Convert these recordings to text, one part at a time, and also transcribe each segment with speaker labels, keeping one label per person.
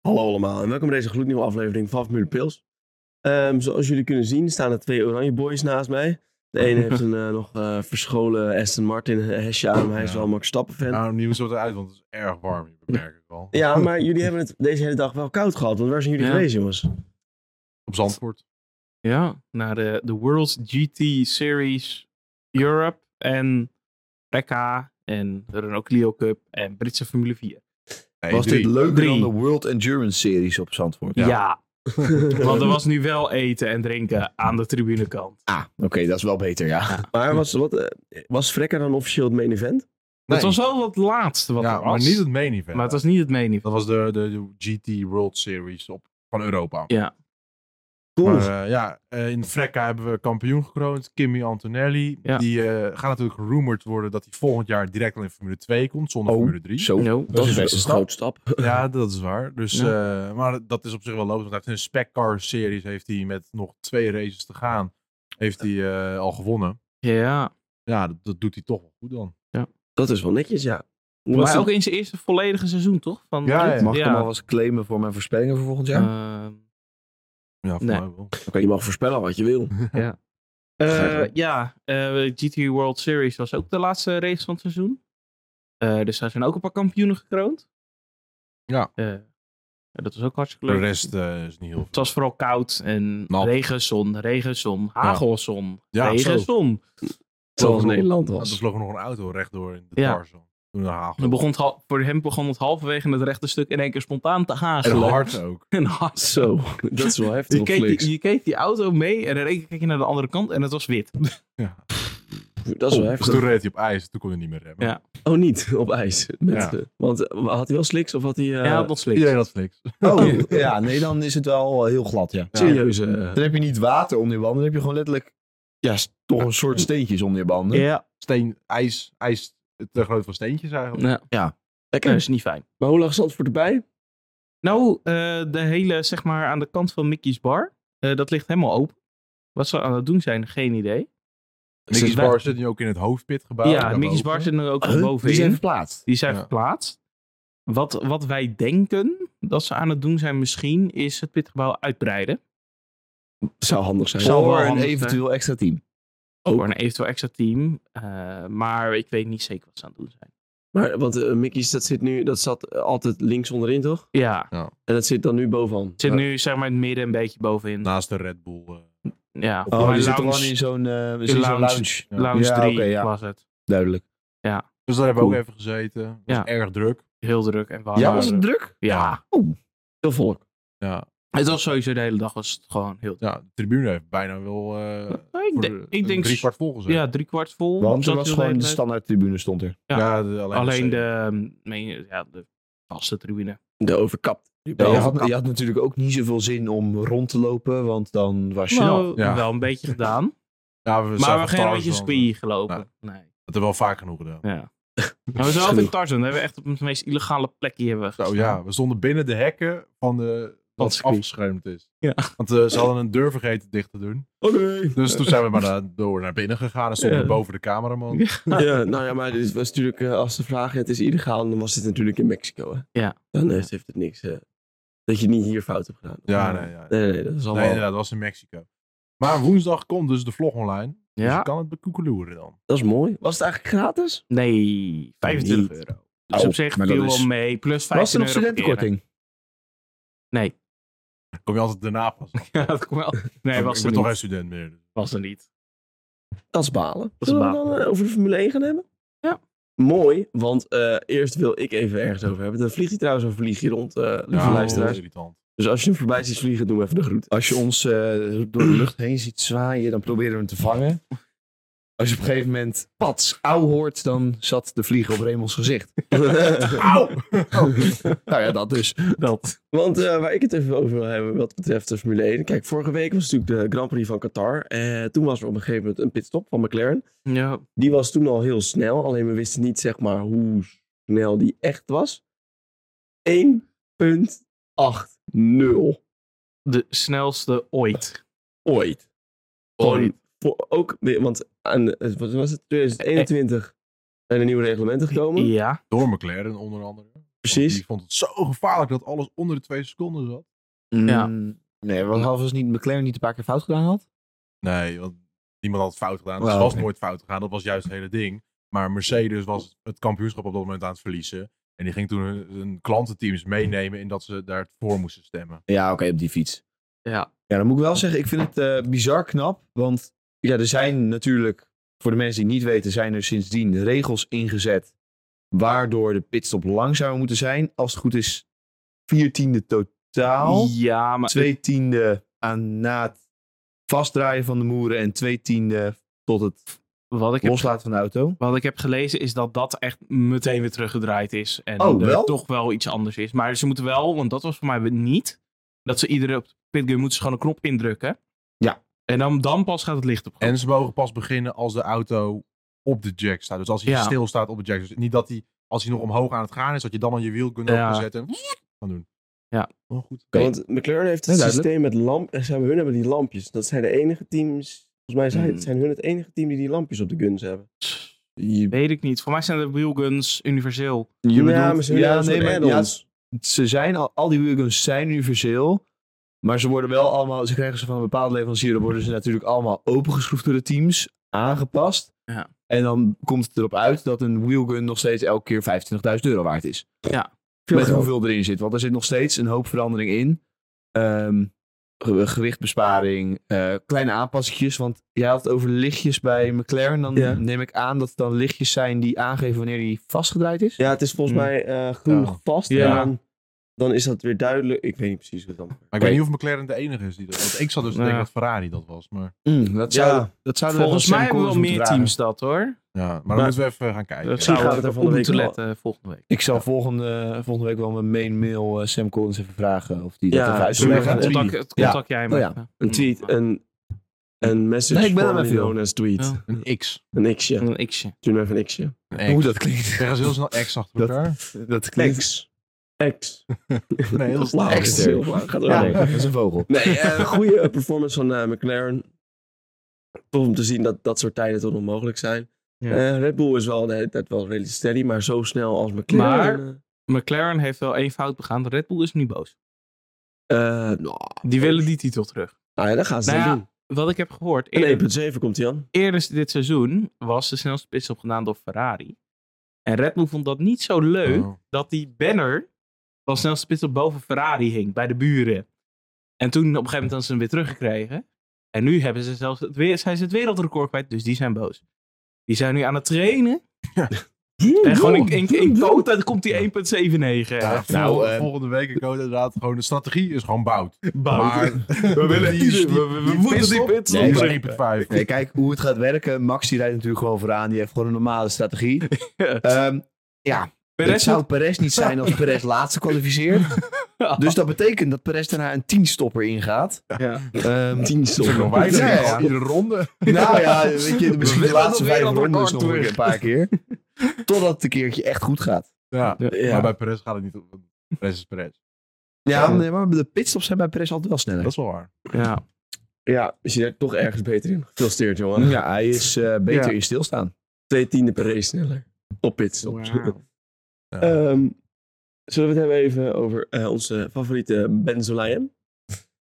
Speaker 1: Hallo allemaal en welkom bij deze gloednieuwe aflevering van Formule Pils. Ehm, zoals jullie kunnen zien staan er twee oranje boys naast mij. De ene heeft een eh, nog eh, verscholen Aston Martin hesje aan, maar hij is
Speaker 2: Ja.
Speaker 1: wel een Max Stappen fan.
Speaker 2: Nou, nu zo eruit, want het is erg warm hier, merk ik al.
Speaker 1: Ja, maar jullie hebben het deze hele dag wel koud gehad, want waar zijn jullie
Speaker 3: Ja.
Speaker 1: geweest jongens?
Speaker 2: Op Zandvoort.
Speaker 3: Ja, naar de, de World GT Series Europe en Rekka en de Renault Clio Cup en Britse Formule 4.
Speaker 2: Nee,
Speaker 4: Was
Speaker 2: drie.
Speaker 4: dit leuker
Speaker 3: Drie.
Speaker 4: dan de World Endurance Series op Zandvoort?
Speaker 3: Ja. want er was nu wel eten en drinken aan de tribunekant.
Speaker 4: Ah, oké, dat is wel beter, ja.
Speaker 1: Maar was, wat, eh, was Frekker dan officieel het main event?
Speaker 3: Het was wel het laatste wat
Speaker 2: ja,
Speaker 3: er was.
Speaker 2: maar niet het main event.
Speaker 3: maar het was niet het main event.
Speaker 2: Dat was de, de, de GT World Series op, van Europa.
Speaker 3: Ja.
Speaker 1: Cool.
Speaker 2: Maar eh, ja, eh, in Frekka hebben we kampioen gekroond, Kimi Antonelli.
Speaker 3: Ja.
Speaker 2: Die eh, gaat natuurlijk gerumored worden dat hij volgend jaar direct al in Formule 2 komt, zonder
Speaker 4: Oh,
Speaker 2: Formule 3.
Speaker 4: Zo.
Speaker 3: No.
Speaker 1: dat is
Speaker 2: is
Speaker 1: best
Speaker 2: wel
Speaker 1: een
Speaker 2: knap.
Speaker 1: grote stap.
Speaker 2: Ja, dat is waar. Dus,
Speaker 3: Ja.
Speaker 2: eh, maar dat is op zich wel logisch. Want hij heeft een spec car series heeft hij met nog twee races te gaan. Heeft hij eh, al gewonnen.
Speaker 3: Ja.
Speaker 2: Ja, dat, dat doet hij toch wel goed dan.
Speaker 1: Dat is wel netjes, ja.
Speaker 3: Maar
Speaker 1: Maar
Speaker 3: ook in zijn eerste volledige seizoen, toch? Van,
Speaker 2: Ja, ja.
Speaker 4: Mag ik hem alvast claimen voor mijn voorspellingen voor volgend jaar?
Speaker 3: Ehm,
Speaker 2: Ja, voor
Speaker 3: Nee.
Speaker 2: mij wel.
Speaker 1: Oké, je mag voorspellen wat je wil.
Speaker 3: Eh, ja, eh, GT World Series was ook de laatste race van het seizoen. Eh, dus daar zijn ook een paar kampioenen gekroond.
Speaker 2: Ja.
Speaker 3: Eh, ja, dat was ook hartstikke
Speaker 2: De
Speaker 3: leuk.
Speaker 2: rest eh, is niet heel
Speaker 3: Het was vooral koud en
Speaker 2: Nat.
Speaker 3: regen, zon, regen, zon, hagel, zon,
Speaker 2: Ja,
Speaker 3: regen,
Speaker 2: zo.
Speaker 3: zon.
Speaker 1: Zoals
Speaker 2: Vloog er nog-
Speaker 1: Nederland
Speaker 2: Er
Speaker 1: was.
Speaker 2: vloog nog een auto rechtdoor in de
Speaker 3: Ja.
Speaker 2: Tarzan. Toen de hagel.
Speaker 3: Dan begon het hal- voor hem begon het halverwege het rechte stuk in één keer spontaan te
Speaker 2: en
Speaker 3: hagelen.
Speaker 2: hard ook.
Speaker 3: En hard.
Speaker 1: Zo, dat is wel heftig
Speaker 3: Je
Speaker 1: op
Speaker 3: keek,
Speaker 1: Flix.
Speaker 3: die, je keek die auto mee en in één keer keek je naar de andere kant en het was wit.
Speaker 2: Ja.
Speaker 1: Dat is
Speaker 4: Oh,
Speaker 1: wel
Speaker 2: Dus
Speaker 1: heftig.
Speaker 2: toen reed hij op ijs. Toen kon hij niet meer remmen.
Speaker 3: Ja.
Speaker 1: Oh, niet op ijs. Met,
Speaker 2: Ja.
Speaker 1: eh, want eh, had hij wel sliks of had hij... eh,
Speaker 3: ja, dat was sliks.
Speaker 2: Iedereen had niks.
Speaker 4: Oh, ja, nee, dan is het wel eh, heel glad, ja.
Speaker 1: serieuze...
Speaker 4: Dan heb je niet water onder je banden, dan heb je gewoon letterlijk... Ja, s- toch een soort steentjes onder je banden.
Speaker 3: Ja,
Speaker 2: Steen, ijs, ijs te groot van steentjes eigenlijk.
Speaker 3: nou,
Speaker 1: Lekker.
Speaker 3: dat is niet fijn.
Speaker 1: Maar hoe lag Zandvoort erbij?
Speaker 3: Nou, eh, de hele, zeg maar, aan de kant van Mickey's Bar. eh, dat ligt helemaal open. Wat ze aan het doen zijn, geen idee.
Speaker 2: Mickey's
Speaker 3: Ze zijn-
Speaker 2: Bar zit nu ook in het hoofdpitgebouw.
Speaker 3: ja,
Speaker 2: Daar
Speaker 3: Mickey's
Speaker 2: boven.
Speaker 3: Bar zit er ook
Speaker 4: Huh? Die
Speaker 3: bovenin.
Speaker 4: zijn verplaatst.
Speaker 3: Die zijn
Speaker 2: Ja.
Speaker 3: verplaatst. Wat, wat wij denken dat ze aan het doen zijn misschien, is het pitgebouw uitbreiden.
Speaker 1: Zou handig zijn.
Speaker 3: Zou- wel
Speaker 4: Voor een
Speaker 3: handig
Speaker 4: eventueel extra team. Oh.
Speaker 1: Ook.
Speaker 3: Voor een eventueel extra team. Eh, maar ik weet niet zeker wat ze aan het doen zijn.
Speaker 1: Maar, want eh, Mickey's, dat zit nu... Dat zat eh, altijd links onderin, toch?
Speaker 3: Ja,
Speaker 1: En dat zit dan nu bovenaan.
Speaker 3: het zit nu zeg maar in het midden een beetje bovenin.
Speaker 4: Nou.
Speaker 2: Naast de Red Bull. eh,
Speaker 3: ja,
Speaker 2: Oh,
Speaker 3: maar
Speaker 4: die zit
Speaker 3: lounge,
Speaker 4: gewoon in zo'n eh, in
Speaker 3: in
Speaker 4: zo'n
Speaker 3: lounge.
Speaker 4: lounge.
Speaker 2: ja.
Speaker 3: lounge
Speaker 4: Ja,
Speaker 3: 3
Speaker 4: oké, ja.
Speaker 3: was het.
Speaker 4: Duidelijk.
Speaker 2: Dus daar hebben we ook
Speaker 1: Cool.
Speaker 2: even gezeten. Het was
Speaker 3: Ja.
Speaker 2: erg druk.
Speaker 3: Heel druk en warm.
Speaker 4: Ja, eh, was het druk?
Speaker 3: Ja.
Speaker 1: Veel volk.
Speaker 2: Ja.
Speaker 3: Het was sowieso de hele dag was het gewoon heel druk.
Speaker 2: ja, de tribune heeft bijna wel... eh,
Speaker 3: Nou, ik denk-
Speaker 2: voor de-
Speaker 3: ik denk-
Speaker 2: Drie kwart vol gezet.
Speaker 3: Ja, drie kwart vol.
Speaker 4: Want
Speaker 3: Zat
Speaker 4: er was
Speaker 3: heel
Speaker 4: gewoon
Speaker 3: hele
Speaker 4: de
Speaker 3: tijd.
Speaker 4: standaard tribune stond er.
Speaker 3: Ja.
Speaker 2: Ja, de- alleen,
Speaker 3: Alleen de, ehm, meen- ja, de vaste tribune.
Speaker 1: De overkapt.
Speaker 4: Ja, je,
Speaker 2: Ja,
Speaker 4: had, je had natuurlijk ook niet zoveel zin om rond te lopen, want dan was je...
Speaker 3: Nou,
Speaker 2: ja.
Speaker 3: wel een beetje gedaan.
Speaker 2: Ja, we
Speaker 3: maar
Speaker 2: zaten
Speaker 3: we hebben geen
Speaker 2: Tarzan.
Speaker 3: rondje circuit gelopen. Nee.
Speaker 2: Dat hebben we wel vaak genoeg gedaan.
Speaker 3: Ja. Maar we zijn nou, altijd in Tarzan. We hebben echt op het meest illegale plekje hebben we
Speaker 2: Zo
Speaker 3: gestaan.
Speaker 2: ja, we stonden binnen de hekken van de wat
Speaker 3: circuit.
Speaker 2: afgeschermd is.
Speaker 3: Ja.
Speaker 2: Want eh, ze hadden een deur vergeten dicht te doen.
Speaker 1: Oh nee.
Speaker 2: Dus toen zijn we maar naar- door naar binnen gegaan en stonden
Speaker 3: Ja.
Speaker 2: we boven de cameraman.
Speaker 3: Ja.
Speaker 1: ja, nou ja, maar dit was natuurlijk... eh, als de vraag het is illegaal, dan was dit natuurlijk in Mexico, hè?
Speaker 3: Ja.
Speaker 1: Dan eh, heeft het niks... eh, dat je het niet hier fout hebt gedaan.
Speaker 2: Ja, nee, ja.
Speaker 1: Nee, nee, dat is allemaal...
Speaker 2: Nee, inderdaad, dat was in Mexico. Maar woensdag komt dus de vlog online. Dus
Speaker 3: Ja.
Speaker 2: je kan het bekoekeloeren dan.
Speaker 1: Dat is mooi. Was het eigenlijk gratis?
Speaker 3: Nee, 25
Speaker 1: Niet.
Speaker 3: euro. Dus
Speaker 4: Oh,
Speaker 3: op zich
Speaker 4: maar dat
Speaker 3: viel
Speaker 4: is-
Speaker 3: wel mee. Plus 15
Speaker 4: was er nog
Speaker 3: euro parkeren.
Speaker 4: studentenkorting?
Speaker 2: Dan kom je altijd daarna pas.
Speaker 3: Ja, dat komt wel. Nee,
Speaker 2: Oh, Ik
Speaker 3: was er
Speaker 2: ben toch geen
Speaker 3: niet.
Speaker 2: student meer. dus-
Speaker 3: Was er niet.
Speaker 1: Dat is balen.
Speaker 3: is
Speaker 1: Zullen we
Speaker 3: balen.
Speaker 1: het dan eh, over de Formule 1 gaan hebben?
Speaker 3: Ja.
Speaker 1: Mooi, want eh, eerst wil ik even ergens over hebben. Dan vliegt hij trouwens een vliegje rond, eh lieve
Speaker 2: Ja, dat is
Speaker 1: luisteraars.
Speaker 2: irritant.
Speaker 1: Dus als je hem voorbij ziet vliegen, doen we even de groet.
Speaker 4: Als je ons eh, door de lucht heen ziet zwaaien, dan proberen we hem te vangen. Als je op een gegeven moment pats auw hoort, dan zat de vlieger op Remons gezicht.
Speaker 2: Auw!
Speaker 4: nou ja, dat dus.
Speaker 3: Dat.
Speaker 1: Want eh, waar ik het even over wil hebben wat betreft de Formule 1. Kijk, vorige week was natuurlijk de Grand Prix van Qatar. Eh, toen was er op een gegeven moment een pitstop van McLaren.
Speaker 3: Ja.
Speaker 1: Die was toen al heel snel, alleen we wisten niet zeg maar hoe snel die echt was. 1.80.
Speaker 3: De snelste ooit.
Speaker 1: ooit. Gewoon voor, ook, weer- want aan, de- eh, wat was het, 2021 zijn er nieuwe reglementen gekomen.
Speaker 3: Ja.
Speaker 2: Door McLaren onder andere.
Speaker 5: Precies.
Speaker 2: Die vond het zo gevaarlijk dat alles onder de twee seconden zat.
Speaker 3: Ja.
Speaker 1: Mm, Nee, want als niet McLaren niet een paar keer fout gedaan had.
Speaker 2: Nee, want niemand had het fout gedaan.
Speaker 1: Wauw,
Speaker 2: het was
Speaker 1: oké.
Speaker 2: nooit fout gegaan. Dat was juist het hele ding. Maar Mercedes was het kampioenschap op dat moment aan het verliezen. En die ging toen hun, hun klantenteams meenemen in dat ze daarvoor moesten stemmen.
Speaker 1: Ja, oké, op die fiets.
Speaker 3: Ja.
Speaker 1: Ja, dan moet ik wel zeggen, ik vind het eh, bizar knap. Want ja, er zijn natuurlijk, voor de mensen die niet weten, zijn er sindsdien regels ingezet. Waardoor de pitstop lang zou moeten zijn. Als het goed is, vier tiende totaal.
Speaker 3: Ja, maar
Speaker 1: Twee tiende aan na het vastdraaien van de moeren. En twee tiende tot het
Speaker 3: wat ik, heb,
Speaker 1: loslaten van de auto.
Speaker 3: wat ik heb gelezen is dat dat echt meteen weer teruggedraaid is. En
Speaker 1: Oh,
Speaker 3: er
Speaker 1: wel?
Speaker 3: toch wel iets anders is. Maar ze moeten wel, want dat was voor mij niet, dat ze iedere op de pitgun moeten ze gewoon een knop indrukken.
Speaker 1: Ja.
Speaker 3: En dan, dan pas gaat het licht op.
Speaker 2: En ze mogen pas beginnen als de auto op de jack staat. Dus als hij
Speaker 3: Ja.
Speaker 2: stil staat op de jack. Dus niet dat hij, als hij nog omhoog aan het gaan is, dat je dan aan je wielgun
Speaker 3: Ja.
Speaker 2: ja. kan zetten. En kan doen.
Speaker 3: Ja.
Speaker 2: Oh, goed.
Speaker 5: Ja, Want McLaren heeft het
Speaker 1: Ja, duidelijk.
Speaker 5: systeem met lamp. en Ze hebben, hun hebben die lampjes. Dat zijn de enige teams. Volgens mij zijn,
Speaker 1: Hmm.
Speaker 5: zijn hun het enige team die die lampjes op de guns hebben.
Speaker 3: Weet ik niet. Voor mij zijn de wheelguns universeel.
Speaker 1: Je
Speaker 5: ja, maar ze hebben een soort
Speaker 1: ja,
Speaker 5: add-ons.
Speaker 1: ze zijn al, al die wheelguns zijn universeel. Maar ze worden wel allemaal, ze krijgen ze van een bepaalde leverancier, dan worden ze natuurlijk allemaal opengeschroefd door de teams, aangepast.
Speaker 3: Ja.
Speaker 1: En dan komt het erop uit dat een wheelgun nog steeds elke keer 25.000 euro waard is.
Speaker 3: Ja.
Speaker 5: Veel
Speaker 1: Met
Speaker 5: geld.
Speaker 1: hoeveel erin zit, want er zit nog steeds een hoop verandering in. Ehm, ge- gewichtbesparing, eh, kleine aanpassingjes. Want jij had het over lichtjes bij McLaren. Dan
Speaker 5: Ja.
Speaker 1: neem ik aan dat het dan lichtjes zijn die aangeven wanneer die vastgedraaid is.
Speaker 5: Ja, het is volgens
Speaker 3: Hmm.
Speaker 5: mij eh, groen
Speaker 2: Ja.
Speaker 5: vast.
Speaker 3: Ja.
Speaker 5: En dan, dan is dat weer duidelijk. Ik weet niet precies hoe het dan.
Speaker 2: Maar ik weet niet of McLaren de enige is die dat. Want ik zat dus te
Speaker 3: Ja.
Speaker 2: denken dat Ferrari dat was. Maar,
Speaker 1: Mm, dat,
Speaker 5: Ja.
Speaker 1: zou, dat zouden we
Speaker 3: Volgens
Speaker 1: van
Speaker 3: mij
Speaker 1: Sam
Speaker 3: hebben we
Speaker 1: Collins
Speaker 3: wel meer
Speaker 1: moeten eh, vragen.
Speaker 3: teams dat hoor.
Speaker 2: ja, maar dan
Speaker 5: Maar-
Speaker 2: moeten we even gaan kijken.
Speaker 3: Dat
Speaker 5: zou-
Speaker 3: zou
Speaker 5: gaat
Speaker 3: ik
Speaker 5: het er
Speaker 3: op
Speaker 5: volgende
Speaker 3: moeten
Speaker 5: week
Speaker 3: letten volgende week.
Speaker 1: Ik zal volgende, volgende week wel mijn main mail eh, Sam Collins even vragen of die
Speaker 5: Ja,
Speaker 1: dat even uit
Speaker 5: zullen
Speaker 1: wil
Speaker 5: we
Speaker 1: leggen.
Speaker 5: even-
Speaker 2: tweet.
Speaker 3: Contact, het contact jij me.
Speaker 1: Oh ja,
Speaker 3: even.
Speaker 5: Een tweet, een, een message
Speaker 1: Nee, ik ben hem
Speaker 5: formerly
Speaker 1: even, joh.
Speaker 5: known as tweet.
Speaker 3: Ja.
Speaker 2: Een X.
Speaker 5: Een xje.
Speaker 3: Een x'je.
Speaker 5: Doe hem even een xje.
Speaker 2: Een
Speaker 1: Hoe
Speaker 2: X.
Speaker 1: dat klinkt.
Speaker 2: Zeggen ze heel snel X achter
Speaker 1: Dat-
Speaker 2: elkaar?
Speaker 1: Dat
Speaker 5: X. X.
Speaker 2: Nee, heel
Speaker 5: Flauw.
Speaker 2: snel.
Speaker 1: X.
Speaker 5: Heel flauw. Gaat er wel
Speaker 1: Ja,
Speaker 5: denken.
Speaker 1: dat is een vogel.
Speaker 5: Nee, eh, goede performance van eh, McLaren. Tof om te zien dat dat soort tijden toch nog mogelijk zijn.
Speaker 3: Ja.
Speaker 5: Eh, Red Bull is wel de hele tijd wel redelijk steady, maar zo snel als McLaren. Maar,
Speaker 3: McLaren heeft wel één fout begaan. Red Bull is nu boos.
Speaker 5: nou,
Speaker 3: Die willen die titel terug.
Speaker 5: nou ja, dat gaan ze
Speaker 3: Nou ja,
Speaker 5: dan
Speaker 3: Wat ik heb gehoord,
Speaker 5: doen.
Speaker 3: eerder,
Speaker 5: En 1.7 komt hij aan.
Speaker 3: eerder dit seizoen was de snelste pitstop gedaan door Ferrari. En Red Bull vond dat niet zo leuk
Speaker 2: Oh.
Speaker 3: dat die banner van snelste pitstop boven Ferrari hing, bij de buren. En toen op een gegeven moment hadden ze hem weer teruggekregen. En nu hebben ze zelfs het, weer- zijn ze het wereldrecord kwijt, dus die zijn boos. Die zijn nu aan het trainen. En gewoon in, in, in quota komt die 1.79.
Speaker 2: Ja,
Speaker 1: nou,
Speaker 2: vol-
Speaker 1: eh, Oh.
Speaker 2: volgende week ik hoor inderdaad gewoon de strategie is gewoon bout.
Speaker 3: Bout.
Speaker 2: eh, Maar
Speaker 3: We willen
Speaker 2: Die-
Speaker 3: ieder-
Speaker 2: die-
Speaker 3: eh, we- we- we
Speaker 2: die
Speaker 3: moeten
Speaker 2: pitstop-
Speaker 3: die pitstop
Speaker 2: die is
Speaker 3: terug.
Speaker 2: 1.5.
Speaker 1: Nee, kijk hoe het gaat werken. Max die rijdt natuurlijk gewoon vooraan. Die heeft gewoon een normale strategie.
Speaker 2: Eh,
Speaker 1: Ehm, ja, het
Speaker 3: Perez
Speaker 1: zou Perez niet zijn als Perez laatste kwalificeert. Dus dat betekent dat Perez daarna een tienstopper ingaat.
Speaker 5: Ja.
Speaker 1: Ehm,
Speaker 5: Tien
Speaker 2: Zo
Speaker 5: stoppen.
Speaker 2: nog wij
Speaker 1: Ja, ja, ja.
Speaker 2: iedere ronde.
Speaker 1: Nou ja, weet je, misschien de
Speaker 2: willen
Speaker 1: laatste
Speaker 2: dat
Speaker 1: vijf
Speaker 2: wereldrecord
Speaker 1: rondes nog
Speaker 2: terug.
Speaker 1: een paar keer. Totdat het een keertje echt goed gaat.
Speaker 2: Ja.
Speaker 5: Ja.
Speaker 2: Maar bij Perez gaat het niet. op. Perez is Perez.
Speaker 1: Ja, nee, maar de pitstops zijn bij Perez altijd wel
Speaker 2: Dat
Speaker 1: sneller.
Speaker 2: is wel waar.
Speaker 3: Ja.
Speaker 5: ja, is hij daar toch ergens beter in? Veel steert, jongen.
Speaker 1: Ja, hij is eh, beter
Speaker 5: Ja.
Speaker 1: in stilstaan.
Speaker 5: Twee tienden per race sneller. Op pitstops.
Speaker 3: Wauw.
Speaker 2: Ja.
Speaker 1: Eh,
Speaker 5: Ehm, zullen we het hebben even over eh, onze favoriete Benzolayem? Ik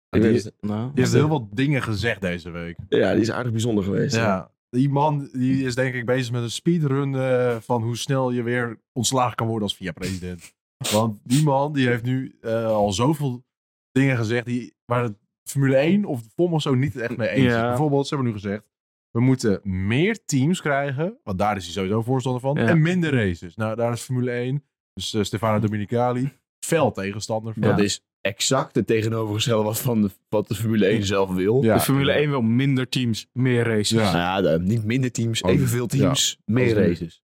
Speaker 2: die-
Speaker 5: weet het-
Speaker 3: Nou,
Speaker 2: Je hebt heel wat dingen gezegd deze week.
Speaker 5: Ja, die is aardig bijzonder geweest. hè?
Speaker 2: Ja. Die man die is denk ik bezig met een speedrun eh, van hoe snel je weer ontslagen kan worden als VIA-president. Want die man die heeft nu eh, al zoveel dingen gezegd die, waar het Formule 1 of de FOM of zo niet echt mee eens is.
Speaker 3: Ja.
Speaker 2: Bijvoorbeeld, ze hebben nu gezegd, we moeten meer teams krijgen, want daar is hij sowieso voorstander van,
Speaker 3: Ja.
Speaker 2: en minder races. Nou, daar is Formule 1, dus eh, Stefano Dominicali, fel tegenstander. van.
Speaker 3: Ja.
Speaker 1: Dat is exact het tegenovergestelde wat, van de, wat de Formule 1 zelf wil.
Speaker 2: Ja.
Speaker 3: de Formule 1 wil minder teams, meer races.
Speaker 2: Ja.
Speaker 1: Nou ja, de- niet minder teams,
Speaker 2: Oh,
Speaker 1: evenveel teams, meer
Speaker 2: Dat is-
Speaker 1: races.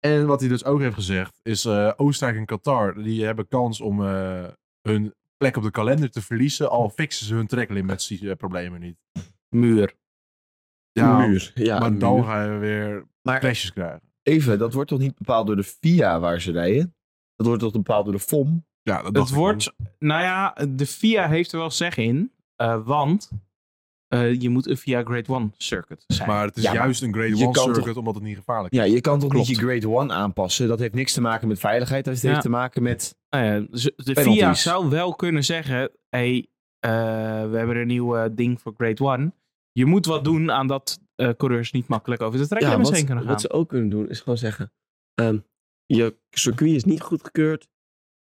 Speaker 2: En wat hij dus ook heeft gezegd, is eh, Oostenrijk en Qatar, die hebben kans om eh, hun plek op de kalender te verliezen, al fixen ze hun tracklimitsproblemen niet.
Speaker 3: Muur.
Speaker 2: Ja,
Speaker 5: Een muur. Ja,
Speaker 2: maar
Speaker 5: een
Speaker 2: dan
Speaker 5: muur.
Speaker 2: ga je weer
Speaker 1: Maar
Speaker 2: crashes krijgen.
Speaker 1: even, dat wordt toch niet bepaald door de FIA waar ze rijden? Dat wordt toch bepaald door de FOM?
Speaker 2: Ja, dat dacht
Speaker 3: Het
Speaker 2: ik
Speaker 3: wordt, nou ja, de FIA heeft er wel zeg in, eh, want eh, je moet een via Grade 1 circuit zijn.
Speaker 2: Maar het is
Speaker 1: Ja, maar
Speaker 2: juist een
Speaker 1: je
Speaker 2: grade
Speaker 1: kan
Speaker 2: 1
Speaker 1: toch-
Speaker 2: circuit omdat het niet gevaarlijk is.
Speaker 1: Ja, je kan toch
Speaker 2: Klopt.
Speaker 1: niet je grade 1 aanpassen? Dat heeft niks te maken met veiligheid. Dat heeft
Speaker 3: Ja.
Speaker 1: te maken met...
Speaker 3: Nou ja, ze- de
Speaker 1: Penalties.
Speaker 3: FIA zou wel kunnen zeggen: hey, eh, we hebben een nieuw eh, ding voor Grade 1. Je moet wat doen aan dat eh, coureurs niet makkelijk over de
Speaker 5: Ja,
Speaker 3: treklimits heen
Speaker 5: wat,
Speaker 3: kunnen
Speaker 5: wat
Speaker 3: gaan.
Speaker 5: ze ook kunnen doen is gewoon zeggen: ehm, je circuit is niet goedgekeurd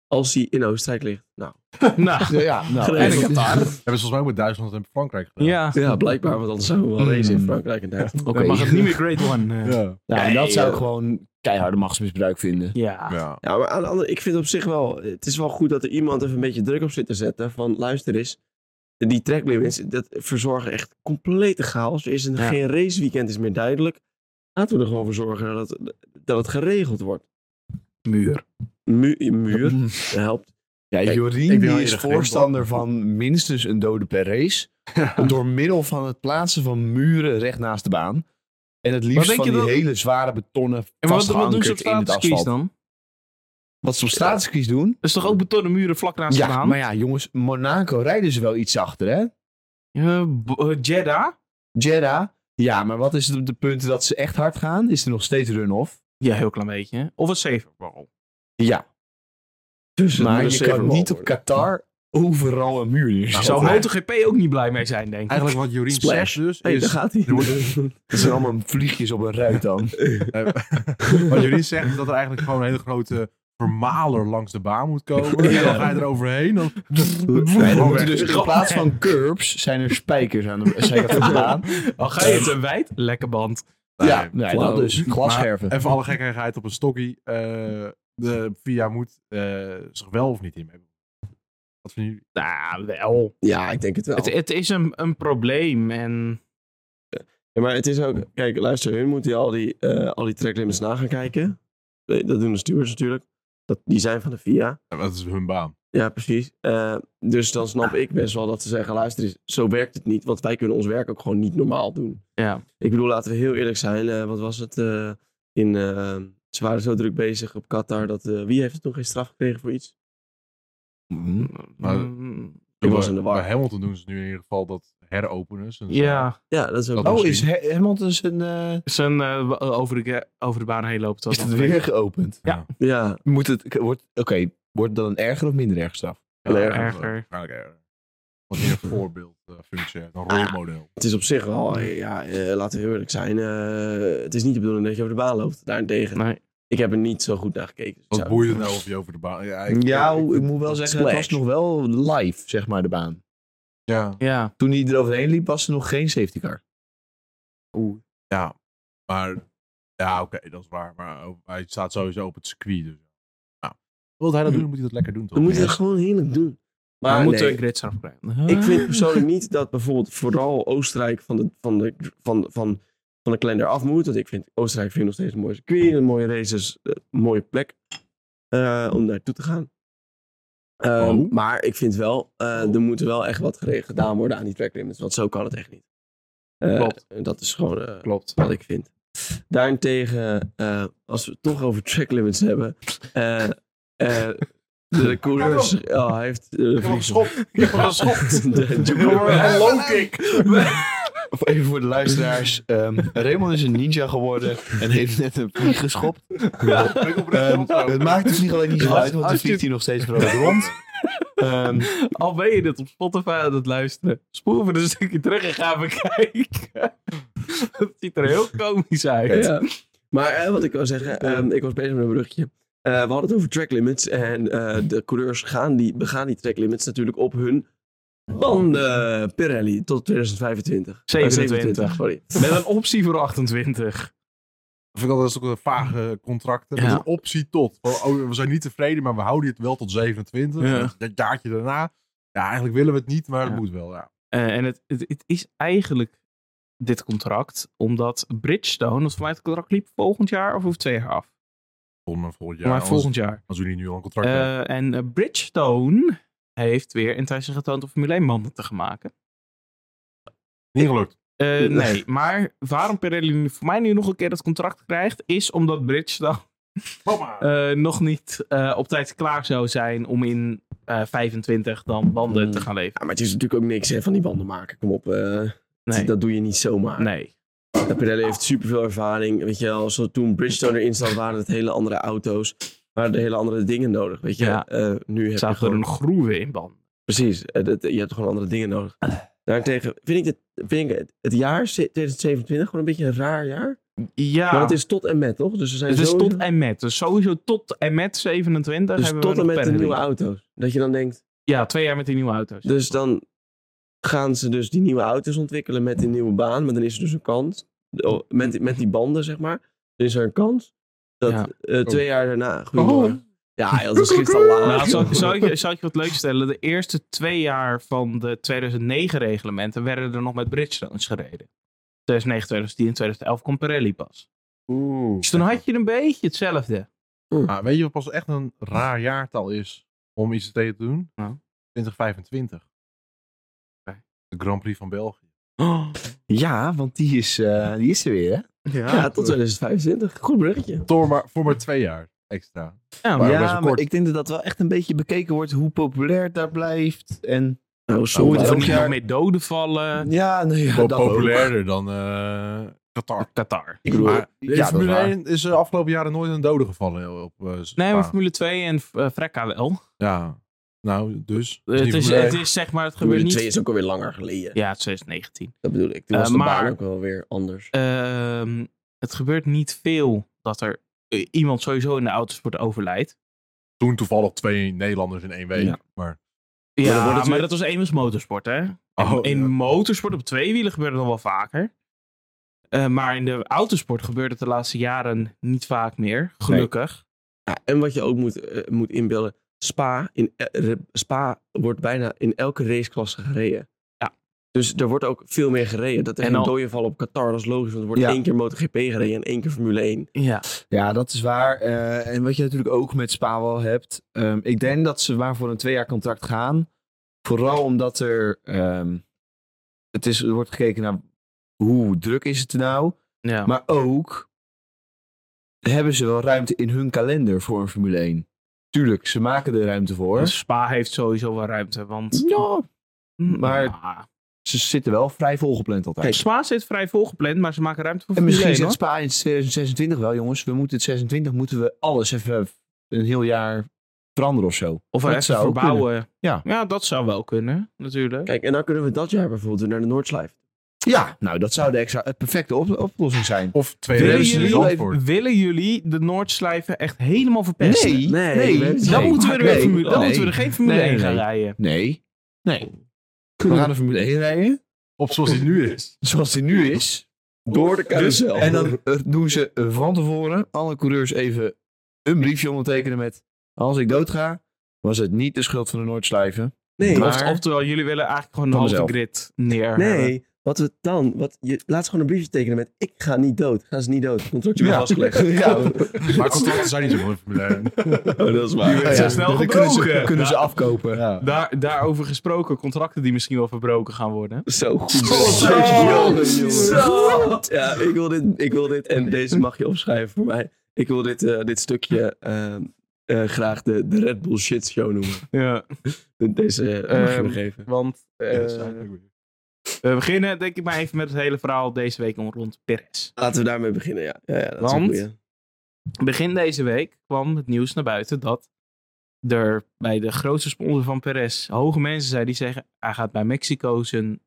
Speaker 5: als hij in Oostenrijk ligt. Nou,
Speaker 3: Nou,
Speaker 1: Ja, nou,
Speaker 5: Geregeld.
Speaker 1: en-
Speaker 2: Hebben ze volgens mij ook met Duitsland en Frankrijk gedaan.
Speaker 3: ja,
Speaker 5: ja, blijkbaar, want anders zouden we wel racen in
Speaker 1: Hmm.
Speaker 5: Frankrijk en Duitsland.
Speaker 1: Oké.
Speaker 3: dan mag het niet meer Grade 1. eh. ja.
Speaker 2: Ja.
Speaker 1: Ja, en dat zou ik
Speaker 5: Ja.
Speaker 1: gewoon keiharde machtsmisbruik vinden.
Speaker 2: Ja.
Speaker 5: Ja, maar aan de andere, ik vind op zich wel, het is wel goed dat er iemand even een beetje druk op zit te zetten. Van luister eens, die tracklimits, dat verzorgen echt complete chaos. Er is een,
Speaker 3: Ja.
Speaker 5: geen raceweekend is meer duidelijk. Laten we er gewoon voor zorgen dat, dat het geregeld wordt.
Speaker 3: muur.
Speaker 5: Mu muur helpt.
Speaker 1: Ja,
Speaker 5: Kijk,
Speaker 1: Jorien
Speaker 2: ik ben
Speaker 1: die
Speaker 2: al
Speaker 1: is
Speaker 2: eerder geneemd,
Speaker 1: voorstander van minstens een dode per race. Door middel van het plaatsen van muren recht naast de baan. En het liefst
Speaker 3: denk
Speaker 1: van
Speaker 3: je
Speaker 1: die
Speaker 3: dan-
Speaker 1: hele zware betonnen
Speaker 3: En wat, wat doen ze op
Speaker 1: vastgeankerd in het
Speaker 3: straatskies
Speaker 1: asfalt.
Speaker 3: dan?
Speaker 1: Wat ze op straatskies doen?
Speaker 3: Dat is toch ook betonnen muren vlak naast de
Speaker 1: Ja,
Speaker 3: baan?
Speaker 1: maar ja jongens, Monaco rijden ze wel iets zachter hè?
Speaker 3: Eh, b- eh, Jeddah?
Speaker 1: Jeddah, ja maar wat is het op de punten dat ze echt hard gaan? Is er nog steeds run-off?
Speaker 3: Ja, heel klein beetje. Of een safer barrel.
Speaker 1: Ja,
Speaker 5: Dus het
Speaker 1: maar
Speaker 5: moet een
Speaker 1: je
Speaker 5: safer
Speaker 1: kan
Speaker 5: bal
Speaker 1: niet op
Speaker 5: worden.
Speaker 1: Qatar overal een muur
Speaker 3: Daar
Speaker 1: neerzetten.
Speaker 3: zou
Speaker 1: Nee.
Speaker 3: MotoGP ook niet blij mee zijn, denk ik.
Speaker 2: Eigenlijk wat Jorien
Speaker 5: Splash.
Speaker 2: zegt dus,
Speaker 5: hey,
Speaker 2: is
Speaker 5: daar gaat hij.
Speaker 2: er wordt-
Speaker 1: Dat zijn allemaal vliegjes op een ruit dan.
Speaker 2: eh, Wat jullie zeggen is dat er eigenlijk gewoon een hele grote vermaler langs de baan moet komen. En dan ga je er overheen. Dan...
Speaker 1: Nee, dan
Speaker 2: Gewoon
Speaker 1: moet je
Speaker 2: weg.
Speaker 1: dus in plaats van curbs zijn er spijkers aan de zijkant van de baan.
Speaker 3: Al ga je het een wijd, lekker band.
Speaker 2: Nee,
Speaker 1: ja, nee, dat
Speaker 5: flauw.
Speaker 1: dus. Glasscherven.
Speaker 2: Even alle gekkigheid op een stokkie. Eh, de VIA moet eh, zich wel of niet in hebben. Wat vinden jullie?
Speaker 3: Nou, wel.
Speaker 5: Ja, ik denk het wel.
Speaker 3: Het, het is een, een probleem en...
Speaker 5: Ja, maar het is ook, kijk, luister, hun moeten al die, eh al die tracklimits na gaan kijken. Eh, Dat doen de stewards natuurlijk. Dat, die zijn van de VIA.
Speaker 2: Ja, Dat is hun baan.
Speaker 5: Ja, precies. Eh, dus dan snap ik best wel dat ze zeggen, luister eens, zo werkt het niet. Want wij kunnen ons werk ook gewoon niet normaal doen.
Speaker 3: Ja.
Speaker 5: Ik bedoel, laten we heel eerlijk zijn. eh, wat was het eh, in... eh, ze waren zo druk bezig op Qatar dat... eh, wie heeft er toen geen straf gekregen voor iets?
Speaker 2: Maar-
Speaker 3: Mm,
Speaker 5: Ik was
Speaker 2: Bij-
Speaker 5: in de war.
Speaker 2: Bij Hamilton doen ze nu in ieder geval dat heropenen. Ze-
Speaker 3: ja,
Speaker 5: Ja, dat is ook...
Speaker 2: Dat
Speaker 1: Oh,
Speaker 2: misschien.
Speaker 1: is Ha- Hamilton zijn... eh
Speaker 3: zijn eh, wa- over, de, ge- over de baan heen loopt. dat
Speaker 1: is het
Speaker 3: nog
Speaker 1: weer
Speaker 3: steeds.
Speaker 1: geopend?
Speaker 3: Ja.
Speaker 5: Ja,
Speaker 1: Moet het... k- wordt- Oké, wordt dan een erger of minder erg straf?
Speaker 2: Ja,
Speaker 5: Wel
Speaker 3: erger.
Speaker 2: dat is Waarschijnlijk erger. Wat meer een voorbeeldfunctie, heeft, een rolmodel.
Speaker 5: het is op zich wel... eh, Ja, eh, laten we heel eerlijk zijn. eh, het is niet de bedoeling dat je over de baan loopt. Daarentegen.
Speaker 3: Nee.
Speaker 5: Ik heb er niet zo goed naar gekeken. Dus ik
Speaker 2: Wat
Speaker 5: zou-
Speaker 2: boeit het nou of je over de baan... Ja, ik-
Speaker 1: ja,
Speaker 2: ik-
Speaker 1: ik moet wel zeggen, het was
Speaker 5: Splash.
Speaker 1: nog wel live, zeg maar, de baan.
Speaker 2: ja.
Speaker 3: Ja,
Speaker 1: Toen hij eroverheen liep, was er nog geen safety car.
Speaker 2: Ja, maar ja, oké, dat is waar. Maar ook- hij staat sowieso op het circuit. Dus. Ja. Wil hij dat doen, dan moet hij dat lekker doen. Toch?
Speaker 5: Hm. Dan moet je
Speaker 2: Ja.
Speaker 5: dat gewoon heerlijk doen.
Speaker 3: maar
Speaker 5: Maar
Speaker 3: we moeten
Speaker 5: Ah, nee,
Speaker 3: een Ah, gridstraf krijgen.
Speaker 5: ik vind persoonlijk niet dat bijvoorbeeld vooral Oostenrijk van de, van de, van, van, van de kalender af moet. Want ik vind Oostenrijk vind ik nog steeds een mooi circuit, een mooie races, eh, een mooie plek eh, om naartoe te gaan. Ehm,
Speaker 2: Oh.
Speaker 5: Maar ik vind wel, eh, er moet wel echt wat gere- gedaan worden aan die track limits. Want zo kan het echt niet. Eh,
Speaker 3: Klopt.
Speaker 5: Dat is gewoon eh,
Speaker 3: Klopt.
Speaker 5: wat ik vind. Daarentegen, eh, als we het toch over track limits hebben. eh, eh, de coureurs. Ja, hij heeft. eh,
Speaker 2: Ik heb hem
Speaker 5: vliegen.
Speaker 2: geschopt. Ik heb hem geschopt.
Speaker 5: De- de-
Speaker 2: Een low kick.
Speaker 1: Of even voor de luisteraars. ehm Raymond is een ninja geworden en heeft net een vlieg geschopt.
Speaker 2: Ik
Speaker 3: Eh,
Speaker 2: oprecht
Speaker 1: Ehm,
Speaker 2: ontrouw.
Speaker 1: het maakt dus niet alleen niet zo
Speaker 3: Als-
Speaker 1: uit, want de
Speaker 3: als
Speaker 1: vliegt
Speaker 3: je-
Speaker 1: hier nog steeds vrolijk rond. Ehm,
Speaker 3: Al ben je dit op Spotify aan het luisteren, spoel even een stukje terug en ga bekijken. dat ziet er heel komisch uit.
Speaker 5: Ja. Maar eh, wat ik wil zeggen, ehm, ik was bezig met een brugje. Eh, we hadden het over track limits. En eh, de coureurs gaan die, begaan die track limits natuurlijk op hun banden Pirelli tot 2025. Eh,
Speaker 3: 27.
Speaker 5: sorry.
Speaker 3: Met een optie voor 28.
Speaker 2: Ik vind altijd dat ook een vage contracten.
Speaker 3: Ja.
Speaker 2: Met een optie tot. Van, oh, we zijn niet tevreden, maar we houden het wel tot 27.
Speaker 3: Ja.
Speaker 2: Dat jaartje daarna. Ja, eigenlijk willen we het niet, maar
Speaker 3: Ja.
Speaker 2: het moet wel. Ja.
Speaker 3: Eh, en het, het, het is eigenlijk dit contract, omdat Bridgestone, dat voor mij het contract liep volgend jaar of over twee jaar af.
Speaker 2: Volgens mij volgend
Speaker 3: Ja,
Speaker 2: jaar.
Speaker 3: maar
Speaker 2: Als
Speaker 3: volgend jaar.
Speaker 2: als jullie nu al een contract hebben.
Speaker 3: Eh, en eh, Bridgestone heeft weer interesse getoond om Formule 1 banden te gaan maken.
Speaker 2: Niet gelukt.
Speaker 3: Eh, nee, maar waarom Pirelli nu voor mij nu nog een keer dat contract krijgt, is omdat Bridgestone
Speaker 2: Mama.
Speaker 3: eh, nog niet eh, op tijd klaar zou zijn om in eh 25 dan banden
Speaker 5: Mm.
Speaker 3: te gaan leveren.
Speaker 5: Ja, maar het is natuurlijk ook niks hè, van die banden maken. Kom op. eh.
Speaker 3: Nee.
Speaker 5: Dat doe je niet zomaar.
Speaker 3: nee.
Speaker 5: En Pirelli heeft superveel ervaring. Weet je wel, zo toen Bridgestone erin zat, waren het hele andere auto's. Waren er hele andere dingen nodig. Weet je,
Speaker 3: Ja.
Speaker 5: Eh, nu heb je
Speaker 3: Zaten er
Speaker 5: gewoon...
Speaker 3: een groeven in band.
Speaker 5: Precies, eh, dat- je hebt gewoon andere dingen nodig. Daartegen vind ik, dit, vind ik het, het jaar ze- 2027 gewoon een beetje een raar jaar.
Speaker 3: Ja,
Speaker 5: Maar het is tot en met, toch? Dus er zijn
Speaker 3: het is
Speaker 5: sowieso-
Speaker 3: tot en met. Dus sowieso tot en met 27
Speaker 5: dus
Speaker 3: hebben we
Speaker 5: tot en
Speaker 3: nog
Speaker 5: met de
Speaker 3: Pirelli.
Speaker 5: nieuwe auto's. Dat je dan denkt,
Speaker 3: Ja, twee jaar met die nieuwe auto's.
Speaker 5: dus dan gaan ze dus die nieuwe auto's ontwikkelen met die nieuwe baan. Maar dan is er dus een kans, oh, met, met die banden zeg maar, dan is er een kans dat
Speaker 3: Ja. Oh.
Speaker 5: eh, twee jaar daarna... Goedemorgen. Ja, joh, dat is gisteren al laat.
Speaker 3: Nou, zal, ik- zal, ik, je- zal ik je wat leuk stellen? De eerste twee jaar van de 2009-reglementen werden er nog met Bridgestones gereden. 2009, 2010 en 2011 komt Pirelli pas.
Speaker 2: Oeh.
Speaker 3: Dus toen had je een beetje hetzelfde.
Speaker 2: Ah, weet je wat pas echt een raar jaartal is om iets tegen te doen?
Speaker 3: Nou.
Speaker 2: 2025.
Speaker 3: Oké.
Speaker 2: De Grand Prix van België.
Speaker 1: Ja, want die is, eh, die is er weer, hè?
Speaker 5: Ja, tot 2025. Goed bruggetje.
Speaker 2: Door maar, voor maar twee jaar extra.
Speaker 3: Ja,
Speaker 2: maar
Speaker 3: maar
Speaker 2: best wel
Speaker 1: ja, maar
Speaker 2: kort.
Speaker 1: ik denk dat dat wel echt een beetje bekeken wordt hoe populair het daar blijft. En
Speaker 5: Nou,
Speaker 3: er
Speaker 5: sorry.
Speaker 1: elk
Speaker 3: hoeven niet
Speaker 1: jaar-
Speaker 3: nog meer doden vallen.
Speaker 1: ja, nou ja,
Speaker 2: Wel
Speaker 1: dat ook.
Speaker 2: populairder dan eh Qatar.
Speaker 3: Qatar.
Speaker 1: Ik bedoel,
Speaker 2: Maar in
Speaker 1: ja, dat is
Speaker 2: Formule
Speaker 1: waar.
Speaker 2: 1 is de afgelopen jaren nooit een dode gevallen. Op, eh, Spa.
Speaker 3: Nee, maar Formule 2 en eh Frekka wel.
Speaker 2: Ja, nou, dus.
Speaker 3: Eh, het,
Speaker 2: niet
Speaker 3: is,
Speaker 2: Formule
Speaker 3: het
Speaker 2: 1.
Speaker 3: is zeg maar, het gebeurt
Speaker 5: Formule 2
Speaker 3: niet...
Speaker 5: is ook alweer langer geleden.
Speaker 3: Ja, het is 2019.
Speaker 5: Dat bedoel ik. Toen
Speaker 3: Eh,
Speaker 5: was de
Speaker 3: maar-
Speaker 5: baan ook wel weer anders.
Speaker 3: Ehm, het gebeurt niet veel dat er eh, iemand sowieso in de autosport overlijdt.
Speaker 2: Toen toevallig twee Nederlanders in één week.
Speaker 3: Ja.
Speaker 2: Maar
Speaker 3: Ja,
Speaker 5: dan wordt
Speaker 3: maar
Speaker 5: het weer-
Speaker 3: dat was eenmaals motorsport, hè?
Speaker 2: Oh,
Speaker 3: in
Speaker 2: ja.
Speaker 3: motorsport op twee wielen gebeurt het nog wel vaker. Eh, maar in de autosport gebeurt het de laatste jaren niet vaak meer, gelukkig.
Speaker 5: Ja, en wat je ook moet, eh, moet inbeelden. Spa, in, el- re- Spa wordt bijna in elke raceklasse gereden.
Speaker 3: Ja.
Speaker 5: Dus er wordt ook veel meer gereden. Dat er
Speaker 3: En
Speaker 5: geen
Speaker 3: al-
Speaker 5: dode vallen op Qatar, dat is logisch. Want er wordt
Speaker 1: Ja.
Speaker 5: één keer MotoGP gereden en één keer Formule 1.
Speaker 3: Ja.
Speaker 1: Ja, dat is waar. Eh, en wat je natuurlijk ook met Spa wel hebt. ehm, ik denk dat ze maar voor een twee jaar contract gaan. Vooral omdat er, ehm, het is, er wordt gekeken naar hoe druk is het nou.
Speaker 3: ja.
Speaker 1: Maar ook hebben ze wel ruimte in hun kalender voor een Formule 1. Tuurlijk, ze maken er ruimte voor.
Speaker 3: Spa heeft sowieso wel ruimte, want...
Speaker 1: Ja, Mm, maar-
Speaker 3: Ah.
Speaker 1: ze zitten wel vrij volgepland altijd.
Speaker 5: Kijk,
Speaker 3: Spa zit vrij volgepland, maar ze maken ruimte voor
Speaker 1: en
Speaker 3: Formule
Speaker 1: misschien
Speaker 3: 1,
Speaker 1: zegt
Speaker 3: hoor.
Speaker 1: Spa in 2026 wel, jongens. We moeten in 2026 moeten we alles even een heel jaar veranderen of zo.
Speaker 3: Of er
Speaker 1: dat
Speaker 3: even
Speaker 1: zou ook
Speaker 3: verbouwen.
Speaker 1: Ja.
Speaker 3: dat zou wel kunnen, natuurlijk.
Speaker 5: Kijk, en dan kunnen we dat jaar bijvoorbeeld weer naar de Noordslijf.
Speaker 1: Ja, nou dat zou de extra, het perfecte op- oplossing zijn.
Speaker 2: Of twee
Speaker 3: Willen
Speaker 2: races in
Speaker 3: jullie,
Speaker 2: Zandvoort.
Speaker 3: willen jullie de Noordslijven echt helemaal verpesten?
Speaker 1: Nee,
Speaker 5: Nee,
Speaker 1: nee,
Speaker 5: nee.
Speaker 3: Dan,
Speaker 1: nee.
Speaker 3: moeten, we er
Speaker 1: Nee.
Speaker 3: weer Formule- dan
Speaker 1: Nee.
Speaker 3: moeten we er geen Formule
Speaker 1: Nee,
Speaker 3: 1 gaan
Speaker 1: nee.
Speaker 3: rijden.
Speaker 1: Nee. Nee. We gaan de Formule 1 rijden,
Speaker 2: Op zoals die nu is.
Speaker 1: zoals die nu is. Dus-
Speaker 5: Door de carousel.
Speaker 1: En dan eh, doen ze eh, van tevoren alle coureurs even een briefje ondertekenen met... Als ik doodga, was het niet de schuld van de Noordslijven.
Speaker 5: nee,
Speaker 1: Maar-
Speaker 3: Of- Oftewel, jullie willen eigenlijk gewoon de
Speaker 1: Van
Speaker 3: halve
Speaker 1: mezelf.
Speaker 3: grid neer. hebben.
Speaker 5: nee, wat we dan... Wat, je, laat ze gewoon een briefje tekenen met... Ik ga niet dood. Gaan ze niet dood. Contractje wordt vastgelegd. Oh,
Speaker 1: ja.
Speaker 2: Maar contracten zijn niet zo mooi in Formule 1.
Speaker 5: dat is waar.
Speaker 3: werd zo snel
Speaker 1: dan kunnen ze,
Speaker 3: gebroken.
Speaker 1: kunnen ze afkopen.
Speaker 3: Daar, daarover gesproken, contracten die misschien wel verbroken gaan worden.
Speaker 5: Zo goed.
Speaker 1: Zo,
Speaker 5: Ja, ik wil, dit, ik wil dit, en deze mag je opschrijven voor mij. Ik wil dit, eh, dit stukje ehm, eh, graag de, de Red Bull Shit Show noemen.
Speaker 3: Ja,
Speaker 5: De- Deze eh, mag je me
Speaker 3: Ehm,
Speaker 5: geven.
Speaker 3: want eh, we beginnen denk ik maar even met het hele verhaal deze week om- rond Perez.
Speaker 5: Laten we daarmee beginnen, ja. ja, ja dat is een
Speaker 3: Want-
Speaker 5: goeie.
Speaker 3: Begin deze week kwam het nieuws naar buiten dat er bij de grootste sponsor van Perez hoge mensen zijn die zeggen hij gaat bij Mexico zijn...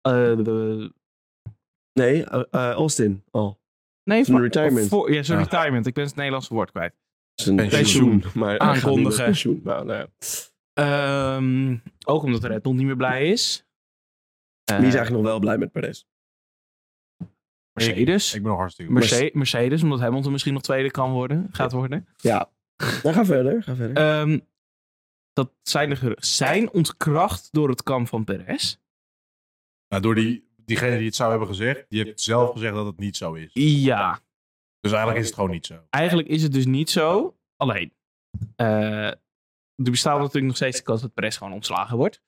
Speaker 3: eh, de-
Speaker 5: Nee, eh, eh, Austin al.
Speaker 3: nee,
Speaker 5: Zijn
Speaker 3: voor-
Speaker 5: retirement.
Speaker 3: voor- ja, zijn
Speaker 2: Ja.
Speaker 3: retirement. Ik ben het Nederlandse woord kwijt.
Speaker 5: Zijn
Speaker 2: Pensioen.
Speaker 5: Maar
Speaker 3: Aankondigen.
Speaker 5: aankondigen. Pensioen. Nou, nou ja.
Speaker 3: Ehm, ook omdat Red Bull niet meer blij is. Eh,
Speaker 5: Wie is eigenlijk nog wel blij met Perez?
Speaker 3: Mercedes.
Speaker 2: Ik ben nog hartstikke goed.
Speaker 3: Mercedes, Mercedes, omdat Hamilton misschien nog tweede kan worden, gaat worden.
Speaker 5: Ja. Nou, ga verder. Ga verder.
Speaker 3: Ehm, dat zijn de geruchten. Zijn ontkracht door het kamp van Perez?
Speaker 2: Nou, door die, diegene die het zou hebben gezegd, die heeft zelf gezegd dat het niet zo is.
Speaker 3: Ja.
Speaker 2: Dus eigenlijk is het gewoon niet zo.
Speaker 3: Eigenlijk is het dus niet zo. Alleen, eh, er bestaat natuurlijk nog steeds de kans dat Perez gewoon ontslagen wordt.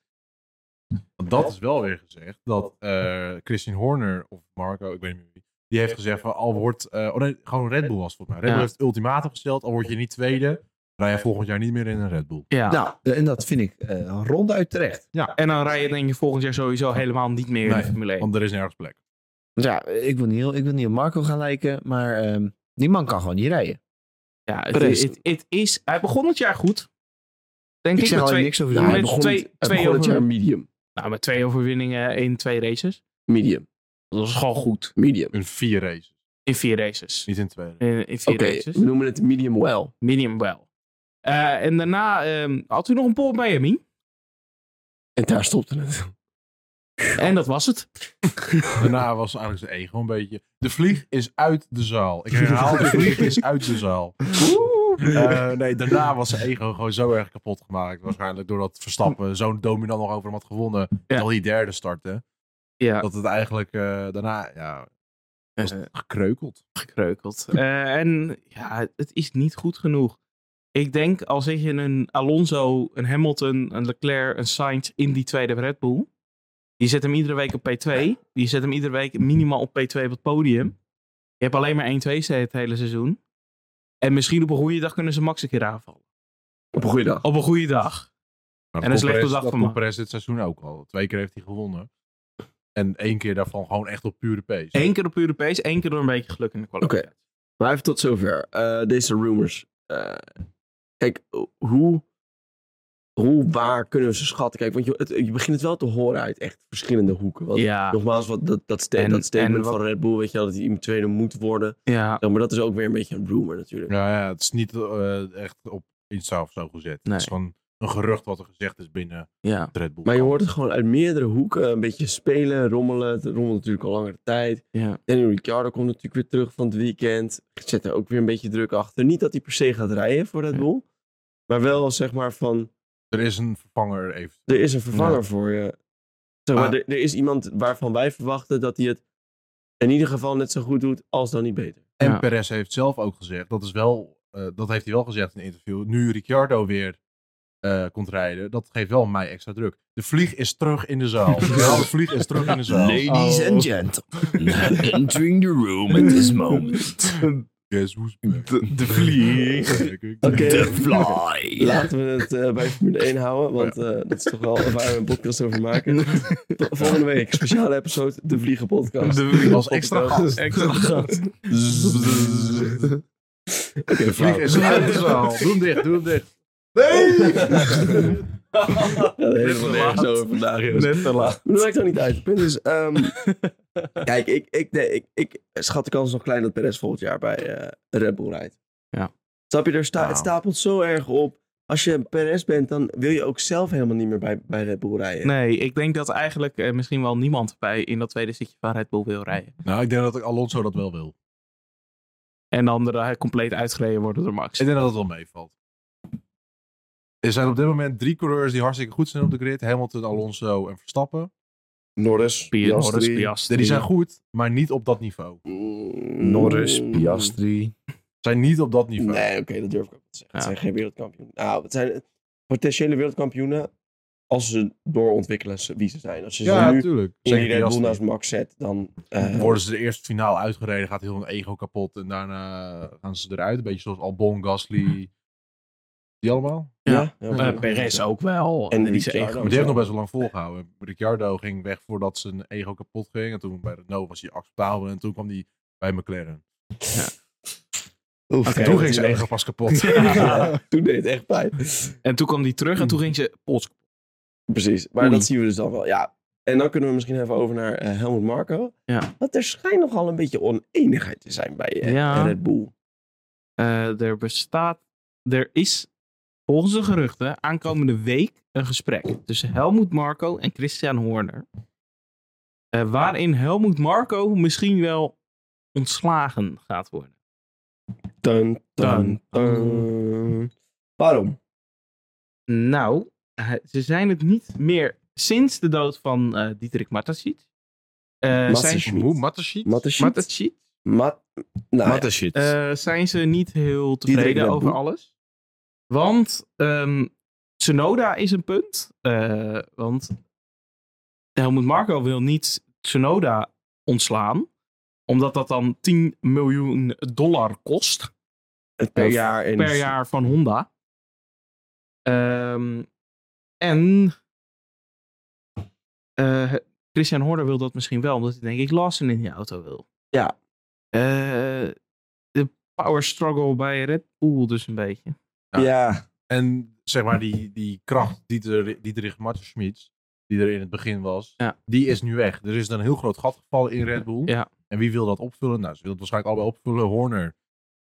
Speaker 2: Want dat is wel weer gezegd dat eh Christian Horner of Marco, ik weet niet meer wie, die heeft gezegd van al wordt, eh, oh nee, gewoon Red Bull was het volgens mij. Red Bull
Speaker 3: Ja.
Speaker 2: heeft het ultimatum gesteld, al word je niet tweede, Rij je volgend jaar niet meer in een Red Bull.
Speaker 3: Ja.
Speaker 1: Nou, eh, en dat vind ik eh ronduit terecht.
Speaker 3: en dan rij je denk je volgend jaar sowieso helemaal niet meer in
Speaker 2: Nee,
Speaker 3: de Formule 1.
Speaker 2: Want er is nergens plek.
Speaker 1: Ja, ik wil niet, heel, ik wil niet op Marco gaan lijken, maar ehm, die man kan gewoon niet rijden.
Speaker 3: Ja, het,
Speaker 5: Perez.
Speaker 3: het- het is, hij begon het jaar goed. Denk
Speaker 1: Ik,
Speaker 3: ik,
Speaker 1: zeg
Speaker 3: met
Speaker 1: al
Speaker 3: twee,
Speaker 1: niks over
Speaker 5: Ja,
Speaker 1: zijn.
Speaker 5: hij
Speaker 3: met
Speaker 5: begon,
Speaker 3: twee-
Speaker 5: hij begon
Speaker 3: twee
Speaker 5: het
Speaker 3: over-
Speaker 5: jaar medium.
Speaker 3: nou, met twee overwinningen in twee races.
Speaker 5: Medium.
Speaker 3: Dat was gewoon goed.
Speaker 5: Medium.
Speaker 2: In vier races.
Speaker 3: In vier races.
Speaker 2: Niet in twee.
Speaker 3: In, in vier
Speaker 5: Oké,
Speaker 3: races.
Speaker 5: we noemen het medium well.
Speaker 3: Medium wel. Eh, en daarna ehm, had u nog een poll bij Miami.
Speaker 5: En daar stopte het.
Speaker 3: En dat was het.
Speaker 2: Daarna was eigenlijk zijn ego een beetje. De vlieg is uit de zaal. Ik herhaal, de vlieg is uit de zaal. Eh, nee, daarna was zijn ego gewoon zo erg kapot gemaakt. Waarschijnlijk doordat Verstappen zo'n dominant nog over hem had gewonnen. Dat hij derde startte.
Speaker 3: Ja,
Speaker 2: Dat het eigenlijk eh, daarna ja, was
Speaker 3: Eh.
Speaker 2: gekreukeld.
Speaker 3: gekreukeld. Eh, en ja, het is niet goed genoeg. Ik denk, als zet je een Alonso, een Hamilton, een Leclerc, een Sainz in die tweede Red Bull. Je zet hem iedere week op P2. Je zet hem iedere week minimaal op P2 op het podium. Je hebt alleen maar 1-2 het hele seizoen. En misschien op een goede dag kunnen ze Max een keer aanvallen.
Speaker 5: Op een goede dag.
Speaker 3: Op een goede dag.
Speaker 2: Maar
Speaker 3: En een slechte
Speaker 2: Perez-
Speaker 3: dag
Speaker 2: dat
Speaker 3: van
Speaker 2: kon
Speaker 3: Max.
Speaker 2: Perez dit seizoen ook al. Twee keer heeft hij gewonnen. En één keer daarvan gewoon echt op pure pace.
Speaker 3: Eén keer op Europees, één keer door een beetje geluk in de kwalificatie.
Speaker 5: Maar even tot zover. Eh, deze rumors. Eh, kijk, hoe, hoe waar kunnen we ze schatten? Kijk, want je, het- je begint het wel te horen uit echt verschillende hoeken. Want
Speaker 3: Ja,
Speaker 5: Nogmaals, wat, dat, dat, sta-
Speaker 3: En-
Speaker 5: dat statement
Speaker 3: en wat-
Speaker 5: van Red Bull, weet je wel, dat hij iemand tweede moet worden.
Speaker 3: ja.
Speaker 5: Ja, maar dat is ook weer een beetje een rumor natuurlijk.
Speaker 2: Ja, ja, het is niet eh, echt op Insta of zo gezet.
Speaker 3: Nee.
Speaker 2: Het is gewoon een gerucht wat er gezegd is binnen
Speaker 3: ja.
Speaker 2: het Red Bull.
Speaker 5: Maar je hoort het gewoon uit meerdere hoeken een beetje spelen, rommelen. Het rommelt natuurlijk al langere tijd.
Speaker 3: Ja.
Speaker 5: Daniel Ricciardo komt natuurlijk weer terug van het weekend. Zet er ook weer een beetje druk achter. Niet dat hij per se gaat rijden voor Red
Speaker 3: Nee.
Speaker 5: Bull. Maar wel zeg maar van,
Speaker 2: Er is een vervanger even.
Speaker 5: er is een vervanger
Speaker 3: Ja.
Speaker 5: voor je. Zeg maar,
Speaker 2: Ah.
Speaker 5: er, er is iemand waarvan wij verwachten dat hij het in ieder geval net zo goed doet, als dan niet beter.
Speaker 2: En
Speaker 3: Ja.
Speaker 2: Perez heeft zelf ook gezegd, dat is wel, eh, dat heeft hij wel gezegd in een interview, nu Ricciardo weer eh, komt rijden, dat geeft wel mij extra druk. De vlieg is terug in de zaal. Ja, de vlieg is terug in de zaal. Oh,
Speaker 1: Ladies and gentlemen, entering the room at this moment.
Speaker 2: Yes, who's back?
Speaker 1: De, vlieg.
Speaker 5: Oké.
Speaker 1: De fly.
Speaker 5: Laten we het eh, bij Formule 1 houden, want eh, dat is toch wel waar we een podcast over maken. Tot Volgende week, speciale episode, de Vliegen Podcast.
Speaker 2: Als extra gast.
Speaker 3: Extra gast.
Speaker 2: De vlieg is uit de zaal. Doe hem dus dicht, doe hem dicht.
Speaker 5: Ja, daar hebben we nergens over vandaag. jongens.
Speaker 3: Net te laat.
Speaker 5: Maar dat maakt ook niet uit. Het punt is, ehm, kijk, ik, ik, nee, ik, ik schat de kans nog klein dat Perez volgend jaar bij eh, Red Bull rijdt.
Speaker 3: Ja.
Speaker 5: Snap je, er sta,
Speaker 2: Nou.
Speaker 5: het stapelt zo erg op. Als je Perez bent, dan wil je ook zelf helemaal niet meer bij, bij Red Bull rijden.
Speaker 3: Nee, ik denk dat eigenlijk eh, misschien wel niemand bij in dat tweede zitje van Red Bull wil rijden.
Speaker 2: Nou, ik denk dat Alonso dat wel wil.
Speaker 3: En dan de, eh, compleet uitgereden worden door Max.
Speaker 2: Ik denk dat het wel meevalt. Er zijn op dit moment drie coureurs die hartstikke goed zijn op de grid. Hamilton, Alonso en Verstappen.
Speaker 5: Norris,
Speaker 3: Piastri, Norris,
Speaker 5: Piastri.
Speaker 3: Piastri.
Speaker 2: Die zijn goed, maar niet op dat niveau.
Speaker 5: Mm.
Speaker 1: Norris, Piastri.
Speaker 2: Zijn niet op dat niveau.
Speaker 5: Nee, oké, dat durf ik ook niet te zeggen. Het
Speaker 3: Ja.
Speaker 5: zijn geen wereldkampioenen. Nou, het zijn potentiële wereldkampioenen als ze doorontwikkelen ze- wie ze zijn. Als je
Speaker 2: ja,
Speaker 5: ze nu
Speaker 2: natuurlijk.
Speaker 5: in die
Speaker 2: Zeker
Speaker 5: Red Bull
Speaker 2: Piastri.
Speaker 5: naast Max zet, dan... eh,
Speaker 2: Worden ze de eerste finale uitgereden, gaat heel hun ego kapot. En daarna gaan ze eruit. Een beetje zoals Albon, Gasly. Die allemaal.
Speaker 5: ja, ja,
Speaker 3: Eh, Perez ook wel.
Speaker 5: En
Speaker 3: Eh, die zijn
Speaker 5: Ricciardo.
Speaker 3: echt
Speaker 2: Maar die heeft nog best wel lang volgehouden. Ricciardo ging weg voordat zijn ego kapot ging. En toen bij Renault was hij acceptabel. En toen kwam hij bij McLaren.
Speaker 5: Oef,
Speaker 3: Oké,
Speaker 2: toen
Speaker 5: dat
Speaker 2: ging
Speaker 5: is
Speaker 2: zijn
Speaker 5: heel
Speaker 2: ego pas kapot.
Speaker 5: erg. Ja, toen deed het echt pijn.
Speaker 3: En toen kwam die terug en toen ging ze pots.
Speaker 5: Precies, maar
Speaker 3: Oei.
Speaker 5: dat zien we dus dan wel. Ja. En dan kunnen we misschien even over naar eh, Helmut Marco.
Speaker 3: Ja.
Speaker 5: Want er schijnt nogal een beetje oneenigheid te zijn bij eh,
Speaker 3: Ja.
Speaker 5: Red Bull.
Speaker 3: Eh, er bestaat, er is volgens de geruchten aankomende week een gesprek tussen Helmoet Marco en Christian Horner. Eh, waarin Helmoet Marco misschien wel ontslagen gaat worden.
Speaker 5: Dun, dun,
Speaker 3: Dun.
Speaker 5: dun. Waarom?
Speaker 3: Nou, eh, ze zijn het niet meer sinds de dood van eh Diederik Matasic. Eh zijn,
Speaker 5: Matasic.
Speaker 2: Hoe? Matasic?
Speaker 5: Matasic?
Speaker 3: Matasic?
Speaker 5: Ma- nou, ja.
Speaker 1: Wat een shit.
Speaker 3: Eh, zijn ze niet heel
Speaker 5: Diederik
Speaker 3: tevreden
Speaker 5: Red
Speaker 3: over
Speaker 5: Bull.
Speaker 3: alles. Want ehm Tsunoda is een punt. Eh, want Helmut Marco wil niet Tsunoda ontslaan. Omdat dat dan 10 miljoen dollar kost
Speaker 5: per jaar. In
Speaker 3: per jaar van Honda. Ehm, en eh, Christian Horner wil dat misschien wel, omdat hij denk ik Lawson in die auto wil.
Speaker 5: Ja.
Speaker 3: Eh, de power struggle bij Red Bull dus een beetje.
Speaker 2: Ja.
Speaker 5: Ja.
Speaker 2: En zeg maar, die, die kracht die er, die er richting Martin Schmid, die er in het begin was,
Speaker 3: Ja.
Speaker 2: die is nu weg. Er is een heel groot gat gevallen in Red Bull.
Speaker 3: Ja.
Speaker 2: En wie wil dat opvullen? Nou, ze willen het waarschijnlijk allebei opvullen. Horner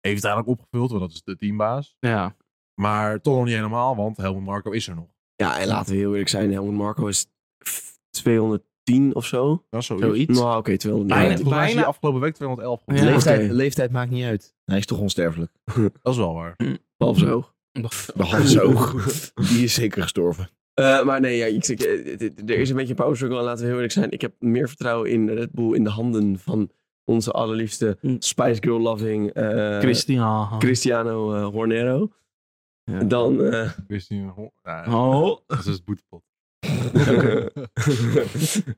Speaker 2: heeft het eigenlijk opgevuld, want dat is de teambaas.
Speaker 3: Ja.
Speaker 2: Maar toch nog niet helemaal, want Helmut Marco is er nog.
Speaker 5: ja, en laten we heel eerlijk zijn. Helmut Marco is f- 210 of zo.
Speaker 2: Dat is zoiets.
Speaker 3: Zoiets.
Speaker 5: Nou, oké, 209.
Speaker 3: Bijna-
Speaker 2: Bijna, volgens mij is hij
Speaker 3: bijna-
Speaker 2: afgelopen week 211
Speaker 3: Ja.
Speaker 2: geworden.
Speaker 1: Leeftijd,
Speaker 5: oké.
Speaker 1: leeftijd maakt niet uit. Hij is toch onsterfelijk.
Speaker 2: Dat is wel waar.
Speaker 5: Behalve zo.
Speaker 1: Behalve zo. Die is zeker gestorven.
Speaker 5: Eh, maar nee, ja, ik, zeg, eh, d- d- er is een beetje een power struggle. En laten we heel eerlijk zijn. Ik heb meer vertrouwen in Red Bull in de handen van onze allerliefste
Speaker 3: Hm.
Speaker 5: Spice Girl loving eh,
Speaker 3: Christian.
Speaker 5: Cristiano eh, Hornero. Dan... eh,
Speaker 2: Christian Hor- nou,
Speaker 3: Oh.
Speaker 2: Dat is boetepot.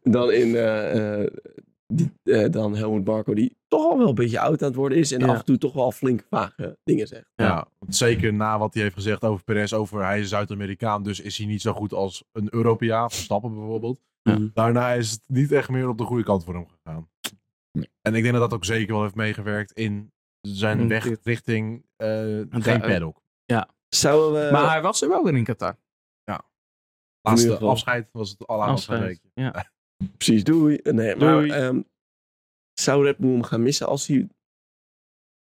Speaker 5: dan in... eh, eh, die, eh, dan Helmut Barco, die toch al wel een beetje oud aan het worden is. En
Speaker 3: Ja.
Speaker 5: af en toe toch wel flink vage dingen zegt.
Speaker 3: Ja.
Speaker 2: Ja. want zeker na wat hij heeft gezegd over Perez, over hij is Zuid-Amerikaan, dus is hij niet zo goed als een Europeaan, Verstappen bijvoorbeeld.
Speaker 3: Ja.
Speaker 2: Daarna is het niet echt meer op de goede kant voor hem gegaan. En ik denk dat dat ook zeker wel heeft meegewerkt in zijn
Speaker 3: Mm,
Speaker 2: weg
Speaker 3: dit.
Speaker 2: richting eh, geen
Speaker 3: daar-
Speaker 2: paddock.
Speaker 5: Zouden we...
Speaker 3: Maar hij was er wel weer in Qatar.
Speaker 5: in ieder
Speaker 2: Laatste
Speaker 5: geval.
Speaker 2: afscheid was het
Speaker 5: Oh,
Speaker 2: allerlaatste
Speaker 3: Afscheid.
Speaker 2: week.
Speaker 3: Ja.
Speaker 5: Precies, doei. Nee, maar
Speaker 3: Doei.
Speaker 5: ehm, zou Red Bull hem gaan missen als hij...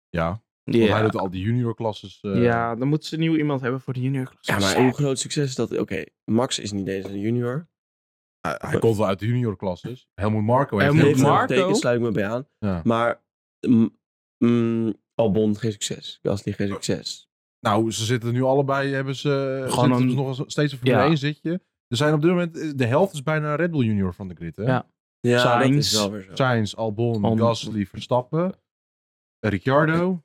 Speaker 2: Ja, want hij
Speaker 3: Ja.
Speaker 2: doet al die juniorklasses. eh
Speaker 3: ja, dan moeten ze nieuw iemand hebben voor de junior
Speaker 5: Ja, maar hoe groot succes is dat? Oké, Max is niet eens een junior.
Speaker 2: Hij, hij komt wel uit de juniorklasses. Helmut Marco heeft
Speaker 3: Helmut
Speaker 2: heel veel-
Speaker 3: Marco.
Speaker 5: Teken, sluit ik me bij aan.
Speaker 2: Ja.
Speaker 5: Maar mm, mm, Albon geen succes. Gasly geen succes.
Speaker 2: Nou, ze zitten nu allebei, hebben ze
Speaker 3: Gewoon
Speaker 2: zitten
Speaker 3: een-
Speaker 2: dus nog eens- steeds een Formule
Speaker 3: Ja.
Speaker 2: 1 zitje. Er zijn op dit moment, eh, de helft is bijna Red Bull Junior van de grid. Hè?
Speaker 3: Ja.
Speaker 5: Ja, dat
Speaker 3: Sainz.
Speaker 5: is wel weer zo.
Speaker 2: Sainz, Albon,
Speaker 3: Albon.
Speaker 2: Gasly, Verstappen, Ricciardo.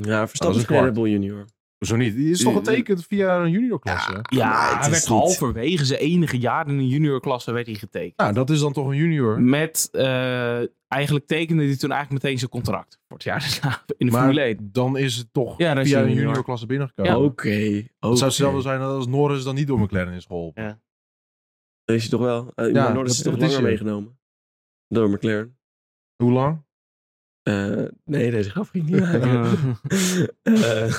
Speaker 5: Ja, Verstappen is
Speaker 2: een
Speaker 5: geen
Speaker 2: kwart.
Speaker 5: Red Bull junior.
Speaker 2: Zo niet. Die is toch getekend via een juniorklasse?
Speaker 5: Maar
Speaker 3: Ja,
Speaker 5: het
Speaker 3: hij
Speaker 5: is
Speaker 3: werd
Speaker 5: niet-
Speaker 3: halverwege zijn enige jaar in de juniorklasse werd hij getekend.
Speaker 2: Nou, dat is dan toch een junior.
Speaker 3: Met, eh, eigenlijk tekende hij toen eigenlijk meteen zijn contract voor het jaar daarna in de Formule
Speaker 2: Maar
Speaker 3: 1.
Speaker 2: dan is het toch
Speaker 3: Ja, dan is
Speaker 2: via
Speaker 3: hij
Speaker 2: een
Speaker 3: junior.
Speaker 2: juniorklasse binnengekomen.
Speaker 3: Ja.
Speaker 5: Oké.
Speaker 2: Het zou
Speaker 5: oké.
Speaker 2: hetzelfde zijn als Norris dan niet door McLaren is geholpen.
Speaker 3: Ja.
Speaker 5: Weet je toch wel? Eh,
Speaker 2: Ja,
Speaker 5: maar Norris is
Speaker 2: dat- dat
Speaker 5: toch langer
Speaker 2: is je.
Speaker 5: meegenomen? Door McLaren.
Speaker 2: Hoe lang?
Speaker 5: Eh, nee, deze grap ging ik niet maken.
Speaker 3: Eh,
Speaker 5: Eh,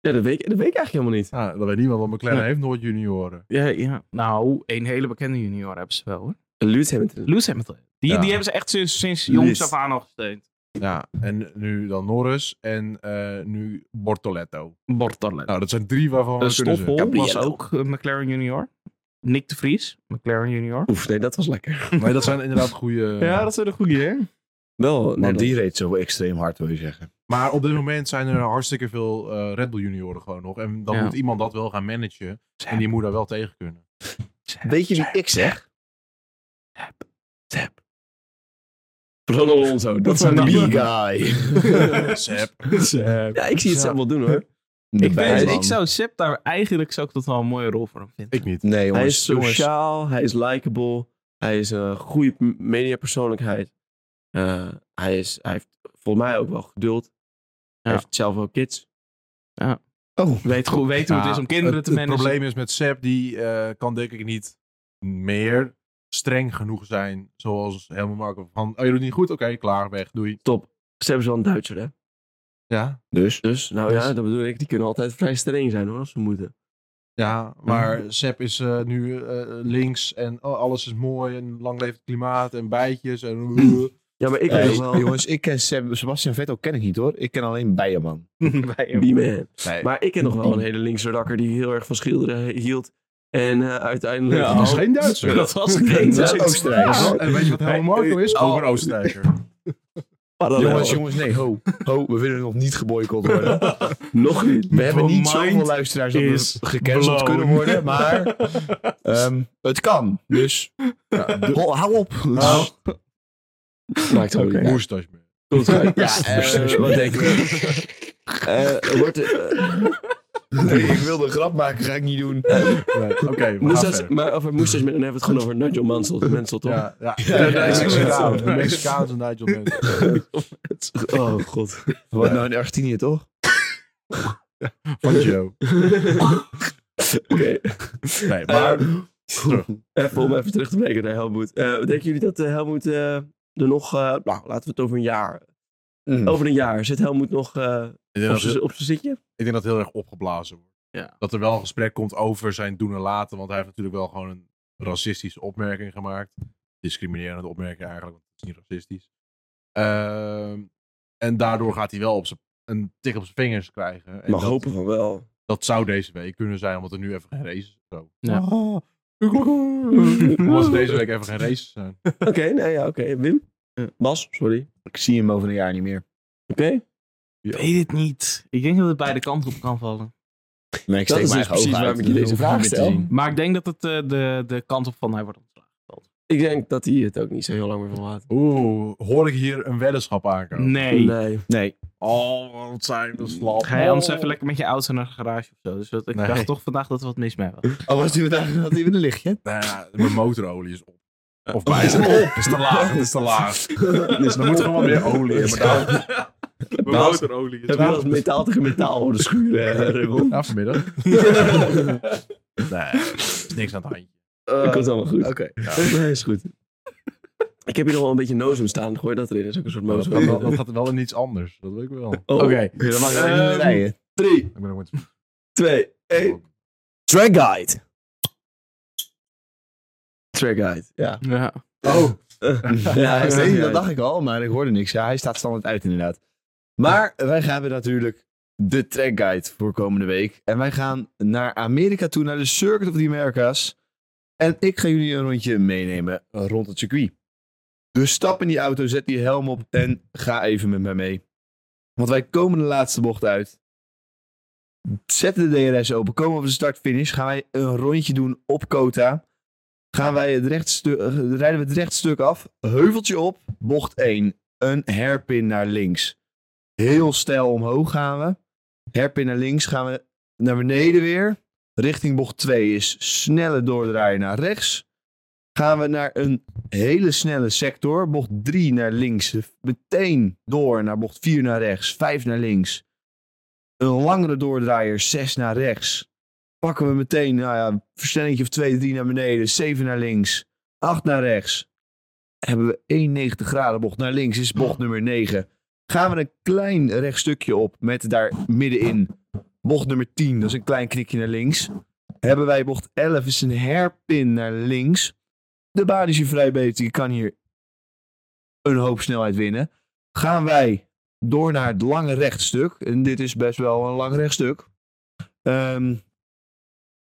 Speaker 5: ja, dat weet, ik, dat weet ik eigenlijk helemaal niet.
Speaker 2: Nou, dat weet niemand, want McLaren
Speaker 3: Ja.
Speaker 2: heeft nooit junioren.
Speaker 3: ja, ja. Nou, een hele bekende junior hebben ze wel hoor.
Speaker 5: Lewis Hamilton.
Speaker 3: Lewis Hamilton. Die,
Speaker 2: Ja.
Speaker 3: die hebben ze echt sinds, sinds jongs
Speaker 5: Lewis.
Speaker 3: af aan al gesteund.
Speaker 2: Ja, en nu dan Norris en eh, nu Bortoletto.
Speaker 3: Bortolet.
Speaker 2: Nou, dat zijn drie waarvan we
Speaker 3: Eh,
Speaker 2: kunnen
Speaker 3: Stoffel
Speaker 2: zeggen.
Speaker 3: was
Speaker 5: Gabriel.
Speaker 3: ook eh, McLaren junior. Nick de Vries, McLaren junior.
Speaker 5: Oef, nee, dat was lekker.
Speaker 2: Nee, dat zijn inderdaad goede...
Speaker 3: Ja, dat is een goede hè?
Speaker 5: Wel, nee,
Speaker 1: Want
Speaker 5: dat-
Speaker 1: die reed zo extreem hard, wil je zeggen.
Speaker 2: Maar op dit moment zijn er hartstikke veel eh, Red Bull junioren gewoon nog. En dan
Speaker 3: Ja.
Speaker 2: moet iemand dat wel gaan managen. En die moet daar wel tegen kunnen.
Speaker 1: Weet je wie ik zeg?
Speaker 5: Fernando Alonso. Dat zijn de
Speaker 1: Big
Speaker 5: bieren.
Speaker 1: guy.
Speaker 2: Sep.
Speaker 5: Ja, ik zie het
Speaker 2: Ja.
Speaker 5: zelf wel doen hoor.
Speaker 1: De
Speaker 3: Ik, weet,
Speaker 1: bijman.
Speaker 3: ik zou Sepp daar eigenlijk zou ik dat wel een mooie rol voor hem vinden.
Speaker 2: Ik niet.
Speaker 1: Nee, jongens.
Speaker 5: hij is
Speaker 1: jongens.
Speaker 5: sociaal, hij is likable, hij is een goede m- mediapersoonlijkheid. Eh, hij, is, hij heeft volgens mij ook wel geduld. Hij
Speaker 3: Ja.
Speaker 5: heeft zelf ook kids.
Speaker 1: Oh,
Speaker 3: Weet, goed, weet hoe het
Speaker 2: Ja,
Speaker 3: is om kinderen
Speaker 2: het,
Speaker 3: te managen.
Speaker 2: Het probleem is met Sep, die eh, kan denk ik niet meer streng genoeg zijn. Zoals helemaal Marco van, oh je doet het niet goed, oké, klaar, weg, doei.
Speaker 5: Top. Ze hebben wel een Duitser, hè?
Speaker 2: Ja,
Speaker 1: dus.
Speaker 5: Dus, nou
Speaker 2: Dus-
Speaker 5: ja, dat bedoel ik. Die kunnen altijd vrij streng zijn hoor, als ze moeten.
Speaker 2: ja maar Sep is eh, nu eh, links en oh, alles is mooi en lang leeft het klimaat en bijtjes en...
Speaker 5: Ja, maar ik
Speaker 1: Hey,
Speaker 5: weet nog wel.
Speaker 1: jongens, ik ken Seb- Sebastian Vettel ken ik niet hoor. Ik ken alleen Bijerman.
Speaker 3: Bij hem.
Speaker 5: B-man.
Speaker 2: Nee,
Speaker 5: Maar ik ken nog wel een hele linkse rakker die heel erg van schilderen hield. En eh, uiteindelijk...
Speaker 2: dat is geen Duitser.
Speaker 3: Dat was geen
Speaker 1: Dat is
Speaker 3: Duits.
Speaker 1: Oostenrijkers.
Speaker 3: Ja.
Speaker 2: En weet je wat helemaal Marco is?
Speaker 5: Oh.
Speaker 2: Ook een Oostenrijker.
Speaker 5: Parallel.
Speaker 1: Jongens, jongens, nee, ho. Ho, we willen nog niet geboycott worden.
Speaker 5: Nog niet.
Speaker 1: We hebben niet
Speaker 3: mind
Speaker 1: zoveel luisteraars dat
Speaker 3: is
Speaker 1: we gecanceld
Speaker 3: blown.
Speaker 1: kunnen worden, maar ehm, het kan. Dus hou, hou op.
Speaker 2: Nou,
Speaker 5: Maakt ook niet uit.
Speaker 2: Moustache man.
Speaker 5: Komt eruit.
Speaker 1: Ja, eh,
Speaker 5: wat denk je? Eh, wordt, eh,
Speaker 1: Nee, ik wilde een grap maken, ga ik niet doen.
Speaker 2: Nee, Oké, we gaan
Speaker 5: Moestas,
Speaker 2: verder.
Speaker 5: maar over Moestas men, dan hebben we het gewoon over Nigel Mansell. Mansell toch?
Speaker 2: Ja, ja.
Speaker 1: ja,
Speaker 2: de
Speaker 1: ja.
Speaker 2: Mexicaan.
Speaker 5: Ja.
Speaker 2: De Mexicaan is een Nigel Mansell.
Speaker 5: Oh god.
Speaker 1: Wat nou in Argentinië toch?
Speaker 2: Van Joe. Nee, maar
Speaker 5: Even om even terug te breken naar Helmoet. Eh, denken jullie dat eh, Helmoet eh, er nog... eh, nou, laten we het over een jaar.
Speaker 1: Mm.
Speaker 5: Over een jaar. Zit Helmoet nog eh,
Speaker 2: ik, denk dat,
Speaker 5: op zijn
Speaker 2: het-
Speaker 5: op zijn zitje?
Speaker 2: ik denk dat het heel erg opgeblazen wordt.
Speaker 3: Ja.
Speaker 2: Dat er wel een gesprek komt over zijn doen en laten. Want hij heeft natuurlijk wel gewoon een racistische opmerking gemaakt. Discriminerende opmerking eigenlijk, want het is niet racistisch. Ehm, en daardoor gaat hij wel op zijn, een tik op zijn vingers krijgen. En
Speaker 5: Mag
Speaker 2: dat-
Speaker 5: hopen van wel.
Speaker 2: Dat zou deze week kunnen zijn, omdat er nu even geen races zijn.
Speaker 3: Ja.
Speaker 2: Ah, ik-
Speaker 5: eh,
Speaker 2: Omdat er deze week even geen races zijn.
Speaker 5: Oké, nee, ja, oké. Wim? Bas, sorry.
Speaker 1: Ik zie hem over een jaar niet meer.
Speaker 5: Oké.
Speaker 3: Ik weet het niet. Ik denk dat het beide kanten op kan vallen.
Speaker 1: Nee, ik
Speaker 5: Dat
Speaker 1: steek
Speaker 5: is
Speaker 1: mijn
Speaker 5: dus
Speaker 1: eigen ogen
Speaker 5: precies
Speaker 1: uit.
Speaker 5: waarom ik je
Speaker 1: Dat
Speaker 5: deze
Speaker 1: hoef
Speaker 5: vraag
Speaker 1: niet meer te
Speaker 5: stel.
Speaker 1: zien.
Speaker 3: Maar ik denk dat het eh, de, de kant op van hij wordt ontslagen.
Speaker 5: Ik denk dat hij het ook niet zo heel lang meer volhoudt.
Speaker 2: Oeh, hoor ik hier een weddenschap aankomen?
Speaker 3: Nee.
Speaker 5: Nee.
Speaker 1: Nee,
Speaker 2: Oh, wat zijn we slap.
Speaker 3: Ga je anders even lekker met je auto naar de garage of zo. Dus dat, ik
Speaker 2: Nee.
Speaker 3: dacht toch vandaag dat er wat mis mee was.
Speaker 1: Oh, was die vandaag had hij weer een lichtje?
Speaker 2: Nou ja, mijn motorolie is op. Of bijna op. Het is te laag, het is te laag. Oh. Dus dan moet er gewoon meer olie in. Maar daar- mijn
Speaker 5: Baas,
Speaker 2: motorolie
Speaker 5: Heb je wel eens metaal tegen metaal horen schuren, eh, Ribbel?
Speaker 2: Ja, vanmiddag. nee, is niks aan het handje.
Speaker 5: Dat komt allemaal goed.
Speaker 1: Eh, Oké.
Speaker 5: Nee, is goed. Ik heb hier nog wel een beetje nozem staan. Gooi dat erin. Dat is ook een soort
Speaker 2: Maar dat gaat wel-
Speaker 5: nozem.
Speaker 2: dat gaat wel in iets anders. Dat weet ik wel. Ik
Speaker 5: Oh,
Speaker 1: Oké. Dan mag je
Speaker 5: Ehm,
Speaker 1: niet meer rijden.
Speaker 5: Drie,
Speaker 2: ben ook met
Speaker 5: twee, één. Track Guide. Track Guide. Ja.
Speaker 3: Ja.
Speaker 2: Oh,
Speaker 1: Ja, hij staat-
Speaker 5: ja, ja.
Speaker 1: dat dacht ik al, maar ik hoorde niks. Ja, hij staat standaard uit inderdaad. Maar wij gaan weer natuurlijk de track guide voor komende week. En wij gaan naar Amerika toe, naar de Circuit of the Americas. En ik ga jullie een rondje meenemen rond het circuit. Dus stap in die auto, zet die helm op en ga even met mij mee. Want wij komen de laatste bocht uit. Zetten de DRS open, komen op de start-finish. Gaan wij een rondje doen op Kota. Gaan wij het rechtstu- eh, rijden we het rechtstuk af. Heuveltje op, bocht 1. Een herpin naar links. Heel steil omhoog gaan we. Herpin naar links gaan we naar beneden weer. Richting bocht 2 is snelle doordraaien naar rechts. Gaan we naar een hele snelle sector. Bocht 3 naar links. Meteen door naar bocht 4 naar rechts. 5 naar links. Een langere doordraaier. 6 naar rechts pakken we meteen, nou ja, een versnellingje of 2, 3 naar beneden, 7 naar links, 8 naar rechts. Hebben we 1,90 graden bocht naar links, is bocht nummer 9. Gaan we een klein rechtstukje op met daar middenin bocht nummer 10, dat is een klein knikje naar links. Hebben wij bocht 11, is een herpin naar links. De baan is hier vrij beter, je kan hier een hoop snelheid winnen. Gaan wij door naar het lange rechtstuk. En dit is best wel een lang rechtstuk. Ehm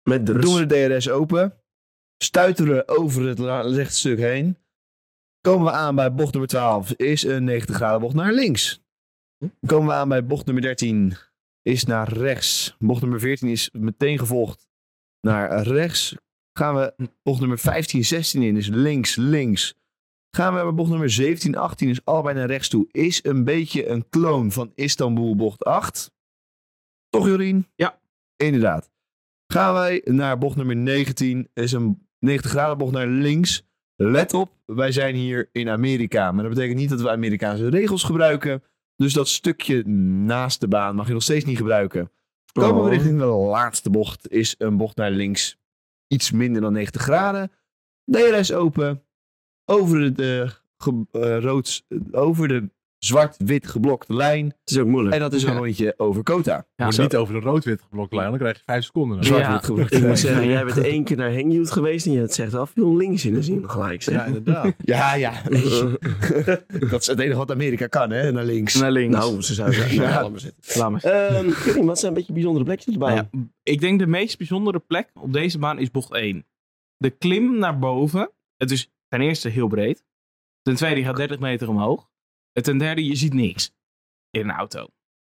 Speaker 5: Met de
Speaker 1: doen we de DRS open. Stuiteren we over het la- rechtstuk heen. Komen we aan bij bocht nummer 12. Is een 90 graden bocht naar links. Komen we aan bij bocht nummer 13. Is naar rechts. Bocht nummer 14 is meteen gevolgd naar rechts. Gaan we bocht nummer 15, 16 in. Is links, links. Gaan we bij bocht nummer 17, 18. Is allebei naar rechts toe. Is een beetje een kloon van Istanbul bocht 8. Toch Jorien?
Speaker 3: Ja.
Speaker 1: Inderdaad gaan wij naar bocht nummer 19. is een 90 graden bocht naar links. Let op, wij zijn hier in Amerika. Maar dat betekent niet dat we Amerikaanse regels gebruiken. Dus dat stukje naast de baan mag je nog steeds niet gebruiken.
Speaker 5: Oh.
Speaker 1: Komen we richting de laatste bocht. Is een bocht naar links iets minder dan 90 graden. DRS open. Over de, eh, ge- eh, rood, over de zwart-wit geblokte lijn.
Speaker 5: Het is ook moeilijk.
Speaker 1: En dat is een
Speaker 3: Ja.
Speaker 1: rondje over Kota.
Speaker 3: Ja,
Speaker 2: Wordt
Speaker 3: zo.
Speaker 2: niet over de rood-wit geblokt lijn, dan krijg je vijf seconden.
Speaker 3: Ja.
Speaker 1: Zwart-wit geblokte
Speaker 5: Ik moet
Speaker 1: lijn.
Speaker 5: zeggen, jij bent één keer naar Hengjoet geweest en je had zegt af, veel links in de zin gelijk. Zeg.
Speaker 2: inderdaad.
Speaker 1: Ja, ja. dat is het enige wat Amerika kan, hè? Naar links.
Speaker 3: Naar links.
Speaker 5: nou, ze zouden
Speaker 1: Ja.
Speaker 5: ja. allemaal zitten.
Speaker 3: Laat maar.
Speaker 5: Ehm, ik weet niet, wat zijn een beetje bijzondere plekjes erbij?
Speaker 3: Nou ja, ik denk de meest bijzondere plek op deze baan is bocht 1. De klim naar boven. Het is ten eerste heel breed. Ten tweede je gaat 30 meter omhoog. En ten derde je ziet niks in een auto.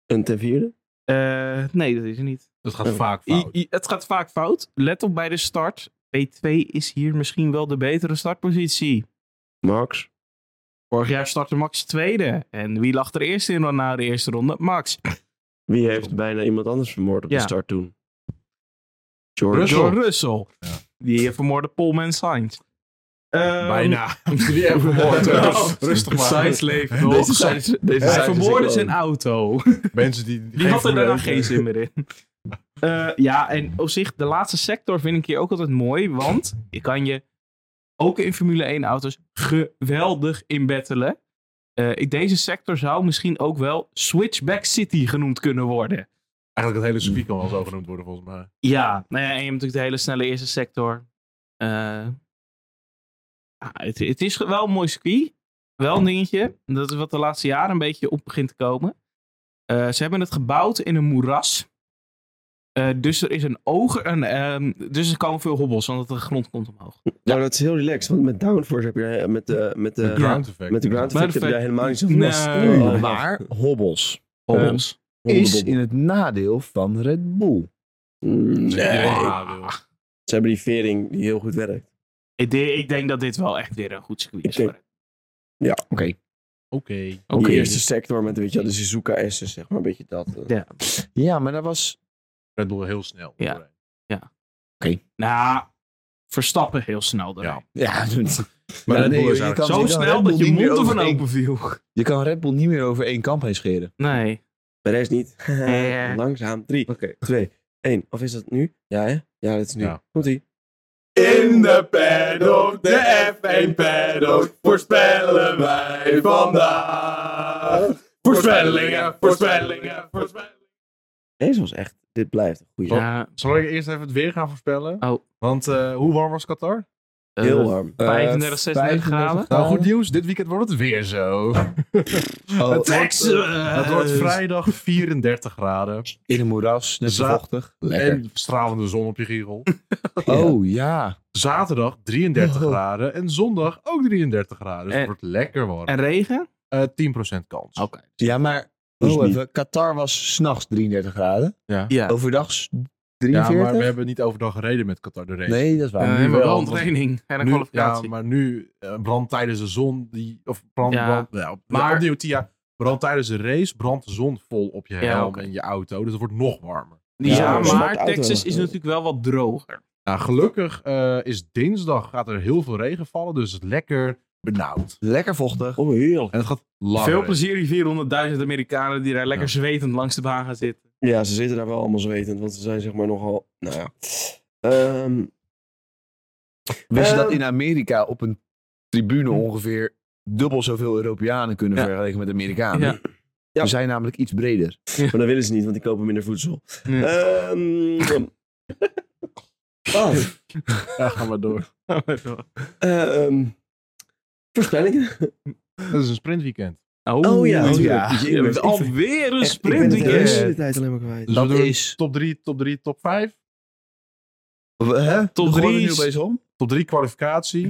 Speaker 5: Een ten vierde?
Speaker 3: Eh, nee, dat is er niet.
Speaker 2: Dat gaat vaak
Speaker 3: I-
Speaker 2: fout.
Speaker 3: i- het gaat vaak fout. Let op bij de start. P2 is hier misschien wel de betere startpositie.
Speaker 5: Max.
Speaker 3: Vorig jaar startte Max tweede. En wie lag er eerst in na de eerste ronde? Max.
Speaker 5: Wie heeft bijna iemand anders vermoord op
Speaker 3: Ja.
Speaker 5: de start toen? George.
Speaker 2: Russell.
Speaker 3: George Russell.
Speaker 2: Ja.
Speaker 3: Die vermoorde Paulman Sainz. Ehm,
Speaker 2: Bijna. Die hebben vermoord.
Speaker 3: Nou,
Speaker 2: Rustig maar.
Speaker 3: Sainz leeft nog.
Speaker 5: Deze Sainz- deze
Speaker 3: Hij
Speaker 5: Sainz is
Speaker 3: vermoorde
Speaker 5: een
Speaker 3: zijn
Speaker 5: clown.
Speaker 3: auto.
Speaker 2: Mensen die,
Speaker 3: Die had er daarna
Speaker 2: vermoeden-
Speaker 3: geen zin meer in. Eh, ja, en op zich, de laatste sector vind ik hier ook altijd mooi. Want je kan je ook in Formule 1 auto's geweldig inbettelen. Eh, ik- deze sector zou misschien ook wel Switchback City genoemd kunnen worden.
Speaker 2: Eigenlijk het hele circuit kan wel zo genoemd worden volgens mij.
Speaker 3: Ja, nou ja, en je hebt natuurlijk de hele snelle eerste sector. Eh, ja, het, het is wel een mooi circuit. Wel een dingetje. Dat is wat de laatste jaren een beetje op begint te komen. Eh, ze hebben het gebouwd in een moeras. Eh, dus er is een oger. Een, ehm, dus er komen veel hobbels, want de grond komt omhoog.
Speaker 5: Nou, dat is heel relaxed. Want met downforce heb je eh, met de, met de,
Speaker 2: Een ground effect.
Speaker 5: met de ground effect heb je daar helemaal niet zoveel last
Speaker 3: Nee.
Speaker 5: Oh,
Speaker 1: Maar hobbels
Speaker 3: Hobbels.
Speaker 1: is
Speaker 5: hondenbom.
Speaker 1: in het nadeel van Red Bull.
Speaker 5: Mm, Eh, Nee.
Speaker 2: Ja, wil.
Speaker 5: Ze hebben die vering die heel goed werkt.
Speaker 3: Ik, de- ik denk dat dit wel echt weer een goed circuit is.
Speaker 5: Ik
Speaker 3: voor-
Speaker 1: Oké.
Speaker 2: Oké.
Speaker 5: Ook
Speaker 3: Oké.
Speaker 5: Die eerste sector met weet je, wel, de Suzuka S's, zeg maar, een beetje dat. eh.
Speaker 3: Ja.
Speaker 1: Ja, maar dat was...
Speaker 2: Red Bull heel snel.
Speaker 3: Ja.
Speaker 2: doorheen.
Speaker 3: Nou, verstappen heel snel. daarna.
Speaker 1: Ja,
Speaker 2: Maar Red
Speaker 1: nee,
Speaker 2: Bull is
Speaker 1: je
Speaker 2: eigenlijk-
Speaker 1: kan-
Speaker 3: Zo
Speaker 1: je kan Red
Speaker 3: snel
Speaker 1: Bull
Speaker 3: dat je
Speaker 1: niet meer
Speaker 3: mond ervan
Speaker 1: over één-
Speaker 3: open viel.
Speaker 1: Je kan Red Bull niet meer over één kamp heen scheren.
Speaker 3: Nee.
Speaker 5: De rest niet.
Speaker 3: Eh.
Speaker 5: Langzaam. 3,
Speaker 1: Oké.
Speaker 5: 2, 1. Of is dat nu? Ja, hè? Ja, dat is nu.
Speaker 2: Ja.
Speaker 5: Komt ie.
Speaker 6: In de paddock, de F1 paddock, voorspellen wij vandaag. Voorspellingen, voorspellingen, voorspellingen.
Speaker 5: Deze was echt, dit blijft een goede.
Speaker 3: Ja,
Speaker 2: Zal ik eerst even het weer gaan voorspellen?
Speaker 3: Oh.
Speaker 2: Want eh, hoe warm was Qatar?
Speaker 3: eh,
Speaker 5: Heel warm.
Speaker 3: 35, 36 graden.
Speaker 2: Nou, Eh, goed nieuws. Dit weekend wordt het weer zo. het,
Speaker 1: Oh,
Speaker 2: wordt, eh, het wordt vrijdag 34 graden.
Speaker 1: In een moeras, net zo
Speaker 2: Za-
Speaker 1: vochtig. Lekker.
Speaker 2: En stralende zon op je giegel.
Speaker 1: Oh ja.
Speaker 2: Zaterdag 33 graden. En zondag ook 33 graden. Dus
Speaker 3: En-
Speaker 2: het wordt lekker warm.
Speaker 3: En regen?
Speaker 2: Eh, 10% kans.
Speaker 3: Oké.
Speaker 1: Ja, maar...
Speaker 5: Dus
Speaker 1: Oh,
Speaker 5: niet.
Speaker 1: even. Qatar was s'nachts 33 graden.
Speaker 2: Ja.
Speaker 3: Ja.
Speaker 1: Overdag s-
Speaker 2: ja,
Speaker 1: 43?
Speaker 2: maar we hebben niet overdag gereden met Qatar de race.
Speaker 1: Nee, dat is waar.
Speaker 3: Eh,
Speaker 2: nu
Speaker 3: maar
Speaker 2: wel,
Speaker 3: wel een
Speaker 2: want-
Speaker 3: training en een
Speaker 2: Nu-
Speaker 3: kwalificatie.
Speaker 2: ja, maar nu eh, brand tijdens de zon. Die, of brand,
Speaker 3: Ja.
Speaker 2: brand, ja,
Speaker 3: Maar-
Speaker 2: maar, opnieuw, Tia. Brand tijdens de race brandt de zon vol op je
Speaker 3: Ja,
Speaker 2: helm
Speaker 3: oké.
Speaker 2: en je auto. Dus het wordt nog warmer.
Speaker 3: Ja,
Speaker 5: Ja,
Speaker 3: maar,
Speaker 5: een zwarte auto.
Speaker 3: Texas is natuurlijk wel wat droger.
Speaker 2: Nou, gelukkig eh, is dinsdag gaat er heel veel regen vallen. Dus het is lekker benauwd.
Speaker 1: Lekker vochtig.
Speaker 5: Oh, heerlijk.
Speaker 2: En het gaat lang.
Speaker 3: Veel
Speaker 2: regenen.
Speaker 3: plezier die 400.000 Amerikanen die daar lekker
Speaker 2: Ja.
Speaker 3: zwetend langs de baan gaan zitten.
Speaker 5: Ja, ze zitten daar wel allemaal zwetend, want ze zijn zeg maar nogal, nou ja. Ehm,
Speaker 1: Wist je
Speaker 5: Eh,
Speaker 1: dat in Amerika op een tribune ongeveer dubbel zoveel Europeanen kunnen
Speaker 5: Ja.
Speaker 1: vergelijken met Amerikanen?
Speaker 3: Ja.
Speaker 5: Ja.
Speaker 1: We zijn namelijk iets breder.
Speaker 5: maar dat willen ze niet, want die kopen minder voedsel.
Speaker 3: Ja.
Speaker 5: Ehm, oh,
Speaker 2: Ja, ga maar door.
Speaker 3: Nou,
Speaker 5: ehm, voorspellingen?
Speaker 2: Dat is een sprintweekend.
Speaker 5: Oh ja,
Speaker 3: natuurlijk.
Speaker 5: natuurlijk.
Speaker 1: ja.
Speaker 5: Jezus,
Speaker 3: Je bent
Speaker 5: ik-
Speaker 3: alweer een
Speaker 5: echt, ik ben het de
Speaker 2: weekend.
Speaker 3: sprintweekend.
Speaker 5: hele tijd alleen maar kwijt.
Speaker 2: Dus
Speaker 1: Dat
Speaker 2: we doen
Speaker 1: is-
Speaker 2: top 3, top 3, top 5.
Speaker 1: Hè?
Speaker 3: Top
Speaker 1: Gooi
Speaker 3: drie
Speaker 1: er
Speaker 3: is-
Speaker 1: nu bezig om?
Speaker 2: Top 3 kwalificatie.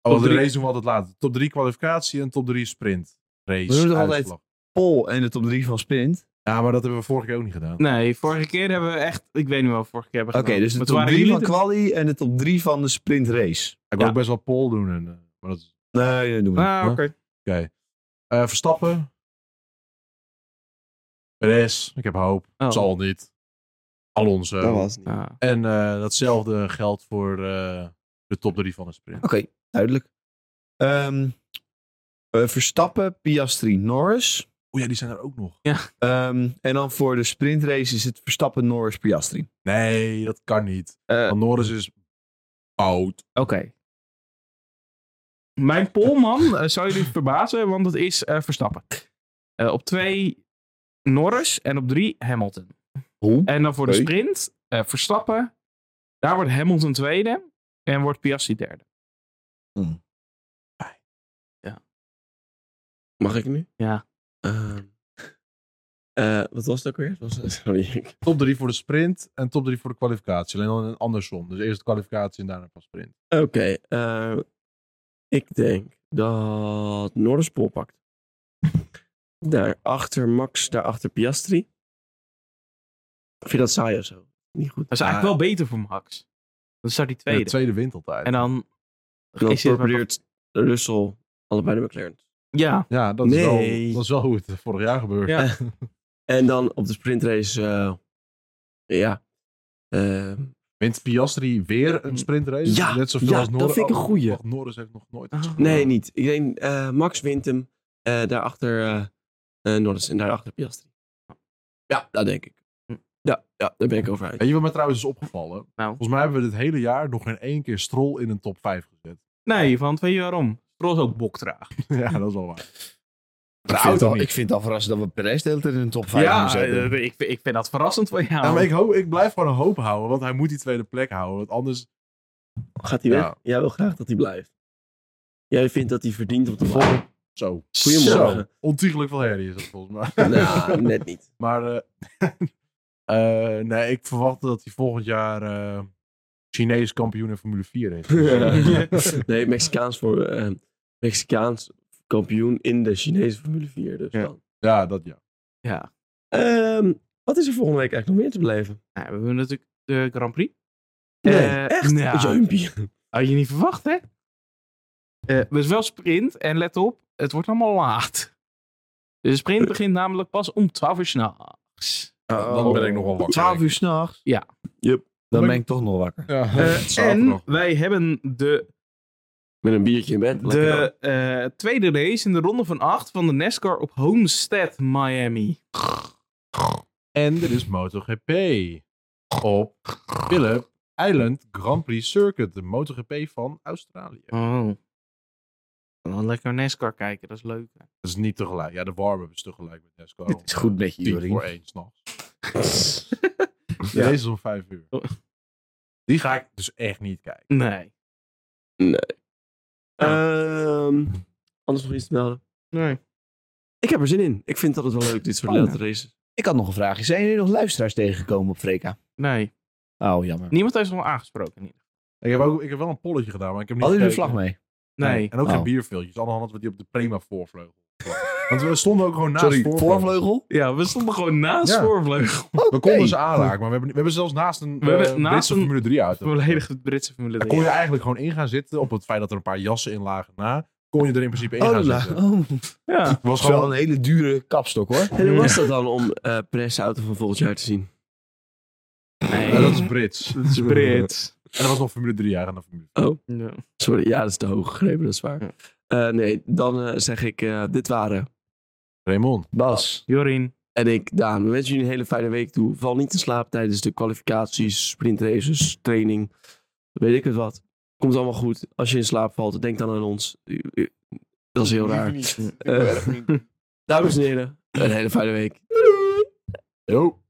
Speaker 3: Top
Speaker 2: Oh, de
Speaker 3: drie-
Speaker 2: race doen we altijd later. Top 3 kwalificatie en top 3 sprint. Race.
Speaker 1: We doen het altijd-
Speaker 2: uitslag.
Speaker 1: Pol en de top 3 van Sprint.
Speaker 2: Ja, maar dat hebben we vorige keer ook niet gedaan.
Speaker 3: Nee, vorige keer hebben we echt... Ik weet niet wat we vorige keer hebben
Speaker 1: Oké,
Speaker 3: gedaan.
Speaker 1: dus de
Speaker 3: Maar
Speaker 1: top
Speaker 3: toen
Speaker 1: 3
Speaker 3: waren
Speaker 1: van
Speaker 3: jullie
Speaker 1: Quali en de top 3 van de Sprint Race.
Speaker 2: Ik wil
Speaker 3: Ja.
Speaker 2: ook best wel pole doen. En, eh, maar dat is...
Speaker 1: Nee, dat doen we
Speaker 3: er-
Speaker 1: niet.
Speaker 3: Ah, oké.
Speaker 2: Oké. Eh, Verstappen. Perez. Ik heb hoop.
Speaker 3: Oh.
Speaker 2: Zal niet. Alonso.
Speaker 5: Dat was het niet.
Speaker 3: Ah.
Speaker 2: En eh, datzelfde geldt voor eh, de top 3 van de sprint.
Speaker 1: Oké, duidelijk. Ehm, eh, Verstappen, Piastri, Norris.
Speaker 2: Oh ja, die zijn er ook nog.
Speaker 1: Ehm, en dan voor de Sprint Race is het Verstappen, Norris, Piastri.
Speaker 2: Nee, dat kan niet.
Speaker 3: Eh.
Speaker 2: Want Norris is oud.
Speaker 3: Oké. Mijn polman eh, zou jullie verbazen, want dat is eh, Verstappen. Eh, op twee Norris en op drie Hamilton.
Speaker 1: Hoe?
Speaker 3: En dan voor de
Speaker 1: Oké.
Speaker 3: sprint eh, Verstappen. Daar wordt Hamilton tweede en wordt Piastri derde.
Speaker 5: Mag ik nu?
Speaker 3: Ja.
Speaker 5: Ehm, eh, wat was het ook weer? Het was, eh, sorry. ik-
Speaker 2: Top 3 voor de sprint en top 3 voor de kwalificatie. Alleen dan andersom. Dus eerst de kwalificatie en daarna pas sprint.
Speaker 5: Oké, eh, ik denk dat Norris Pol pakt. Daarachter Max, daarachter Piastri. Vind je dat saai of zo? Niet goed.
Speaker 3: Dat is eigenlijk
Speaker 2: Ah.
Speaker 3: wel beter voor Max. Dan staat hij
Speaker 2: En
Speaker 3: tweede.
Speaker 2: de tweede wint altijd.
Speaker 3: En dan...
Speaker 5: Dan
Speaker 3: is het-
Speaker 5: torpedeert Russell allebei de McLaren.
Speaker 3: Ja,
Speaker 2: Ja, dat, is
Speaker 5: Nee.
Speaker 2: wel, dat is wel hoe het vorig jaar gebeurde.
Speaker 3: Ja.
Speaker 5: En dan op de sprintrace, eh, ja. eh,
Speaker 2: Wint Piastri weer een sprintrace?
Speaker 5: Ja,
Speaker 2: Net zoveel
Speaker 5: ja,
Speaker 2: als Norris.
Speaker 5: dat vind ik een goeie.
Speaker 2: wacht, Norris heeft nog nooit...
Speaker 3: Ah.
Speaker 5: nee, niet. Ik denk eh, Max wint hem. eh, daarachter eh, eh, Norris en daarachter Piastri. Ja, dat denk ik. Ja, ja, daar ben ik over uit.
Speaker 2: Weet je wat mij trouwens is opgevallen?
Speaker 3: Nou.
Speaker 2: Volgens mij hebben we dit hele jaar nog geen één keer Strol in een top 5 gezet.
Speaker 3: Nee, want weet je waarom? Strol is ook boktraag.
Speaker 2: ja, dat is wel waar.
Speaker 1: Ik vind, het al, ik vind het al verrassend dat we Perez de hele tijd in de top 5
Speaker 3: Ja,
Speaker 1: moeten zetten.
Speaker 3: eh, ik, ik vind dat verrassend voor jou.
Speaker 2: Ja, maar ik, hoop, ik blijf gewoon een hoop houden, want hij moet die tweede plek houden. Want anders...
Speaker 5: Gaat hij
Speaker 2: Ja.
Speaker 5: weg? Jij wil graag dat hij blijft. Jij vindt dat hij verdient op de volgende.
Speaker 2: Zo.
Speaker 5: Goedemorgen.
Speaker 2: Zo. Ontiegelijk veel herrie is dat volgens mij.
Speaker 5: Nou, net niet.
Speaker 2: Maar eh, eh, nee, ik verwacht dat hij volgend jaar eh, Chinees kampioen in Formule 4 is. Dus, eh,
Speaker 5: nee, Mexicaans voor eh, Mexicaans kampioen in de Chinese Formule 4. Dus
Speaker 2: Ja.
Speaker 5: dan.
Speaker 2: ja, dat ja.
Speaker 3: Ja.
Speaker 5: Ehm, wat is er volgende week eigenlijk nog meer te beleven?
Speaker 3: Nou, we hebben natuurlijk de Grand Prix.
Speaker 5: Nee,
Speaker 3: Eh,
Speaker 5: echt?
Speaker 3: nou.
Speaker 5: Jumpy.
Speaker 3: Had je niet verwacht, hè? Eh maar het is wel sprint. En let op, het wordt allemaal laat. De sprint begint namelijk pas om 12 uur s'nachts.
Speaker 2: Dan ben ik Eh, nog wel wakker.
Speaker 1: 12 uur s'nachts?
Speaker 3: Ja.
Speaker 5: Yep.
Speaker 1: Dan ben ik toch nog wakker.
Speaker 2: Ja,
Speaker 3: Eh, en
Speaker 2: zaterdag.
Speaker 3: wij hebben de,
Speaker 5: Met een biertje in bed. lekker dan.
Speaker 3: de eh, tweede race in de ronde van 8 van de NASCAR op Homestead, Miami.
Speaker 2: En er is MotoGP op Phillip Island Grand Prix Circuit, de MotoGP van Australië.
Speaker 3: Oh. Dan lekker NASCAR kijken, dat is leuk.
Speaker 2: Dat is niet tegelijk. Ja, de warm-up is tegelijk met NASCAR.
Speaker 1: Het is goed met je,
Speaker 2: Tien voor
Speaker 1: Jorien.
Speaker 2: één s'nachts. Deze is om vijf uur.
Speaker 3: Oh.
Speaker 2: Die ga ik dus echt niet kijken.
Speaker 3: Nee.
Speaker 5: Ehm, anders nog iets te melden.
Speaker 3: Nee.
Speaker 5: Ik heb er zin in. Ik vind dat het wel leuk, dit soort
Speaker 1: Oh,
Speaker 5: late races.
Speaker 1: Ik had nog een vraagje. Zijn jullie nog luisteraars tegengekomen op Freka?
Speaker 3: Nee.
Speaker 1: Oh, jammer.
Speaker 3: Niemand heeft ons aangesproken. in ieder geval.
Speaker 2: Ik heb, ook, ik heb wel een polletje gedaan, maar ik heb niet
Speaker 3: Oh,
Speaker 1: Hadden jullie de
Speaker 2: gekeken.
Speaker 1: vlag mee?
Speaker 3: Nee.
Speaker 2: En ook
Speaker 1: Oh.
Speaker 2: geen bierveeltjes. Anders hadden we die op de prima voorvleugel. Want we stonden ook gewoon naast voorvleugel.
Speaker 1: voorvleugel?
Speaker 3: Ja, we stonden gewoon naast
Speaker 2: Ja.
Speaker 3: voorvleugel.
Speaker 2: We konden ze aanraken, maar we hebben, we hebben zelfs naast een
Speaker 3: We hebben
Speaker 2: eh,
Speaker 3: naast
Speaker 2: Britse
Speaker 3: een-
Speaker 2: Formule 3 auto.
Speaker 3: Volledig het Britse Formule
Speaker 2: Daar
Speaker 3: 3.
Speaker 2: kon je eigenlijk gewoon in gaan zitten. Op het feit dat er een paar jassen in lagen na, kon je er in principe in
Speaker 1: Oh,
Speaker 2: gaan
Speaker 1: la-
Speaker 2: zitten.
Speaker 1: oh.
Speaker 3: Ja.
Speaker 2: Het was
Speaker 1: Dat is wel
Speaker 2: gewoon,
Speaker 1: een hele dure kapstok, hoor.
Speaker 5: En hoe was dat dan om eh Perez' auto van volgend jaar te zien?
Speaker 2: Ja, dat is Brits.
Speaker 3: Dat is Brits.
Speaker 2: En dat was nog Formule 3 jaar en dan Formule
Speaker 5: Oh,
Speaker 3: Ja.
Speaker 5: sorry. Ja, dat is te hoog gegrepen, dat is waar.
Speaker 3: Ja.
Speaker 5: Eh, nee, dan eh, zeg ik, eh, dit waren
Speaker 2: 4. Raymond.
Speaker 1: Bas.
Speaker 3: Jorin.
Speaker 5: En ik, Daan, we wensen jullie een hele fijne week toe. Val niet in slaap tijdens de kwalificaties, sprintraces, training. Weet ik het wat. Komt allemaal goed. Als je in slaap valt, denk dan aan ons. U- u- Dat is heel raar. Eh, Dames en heren, een hele fijne week.
Speaker 2: Yo.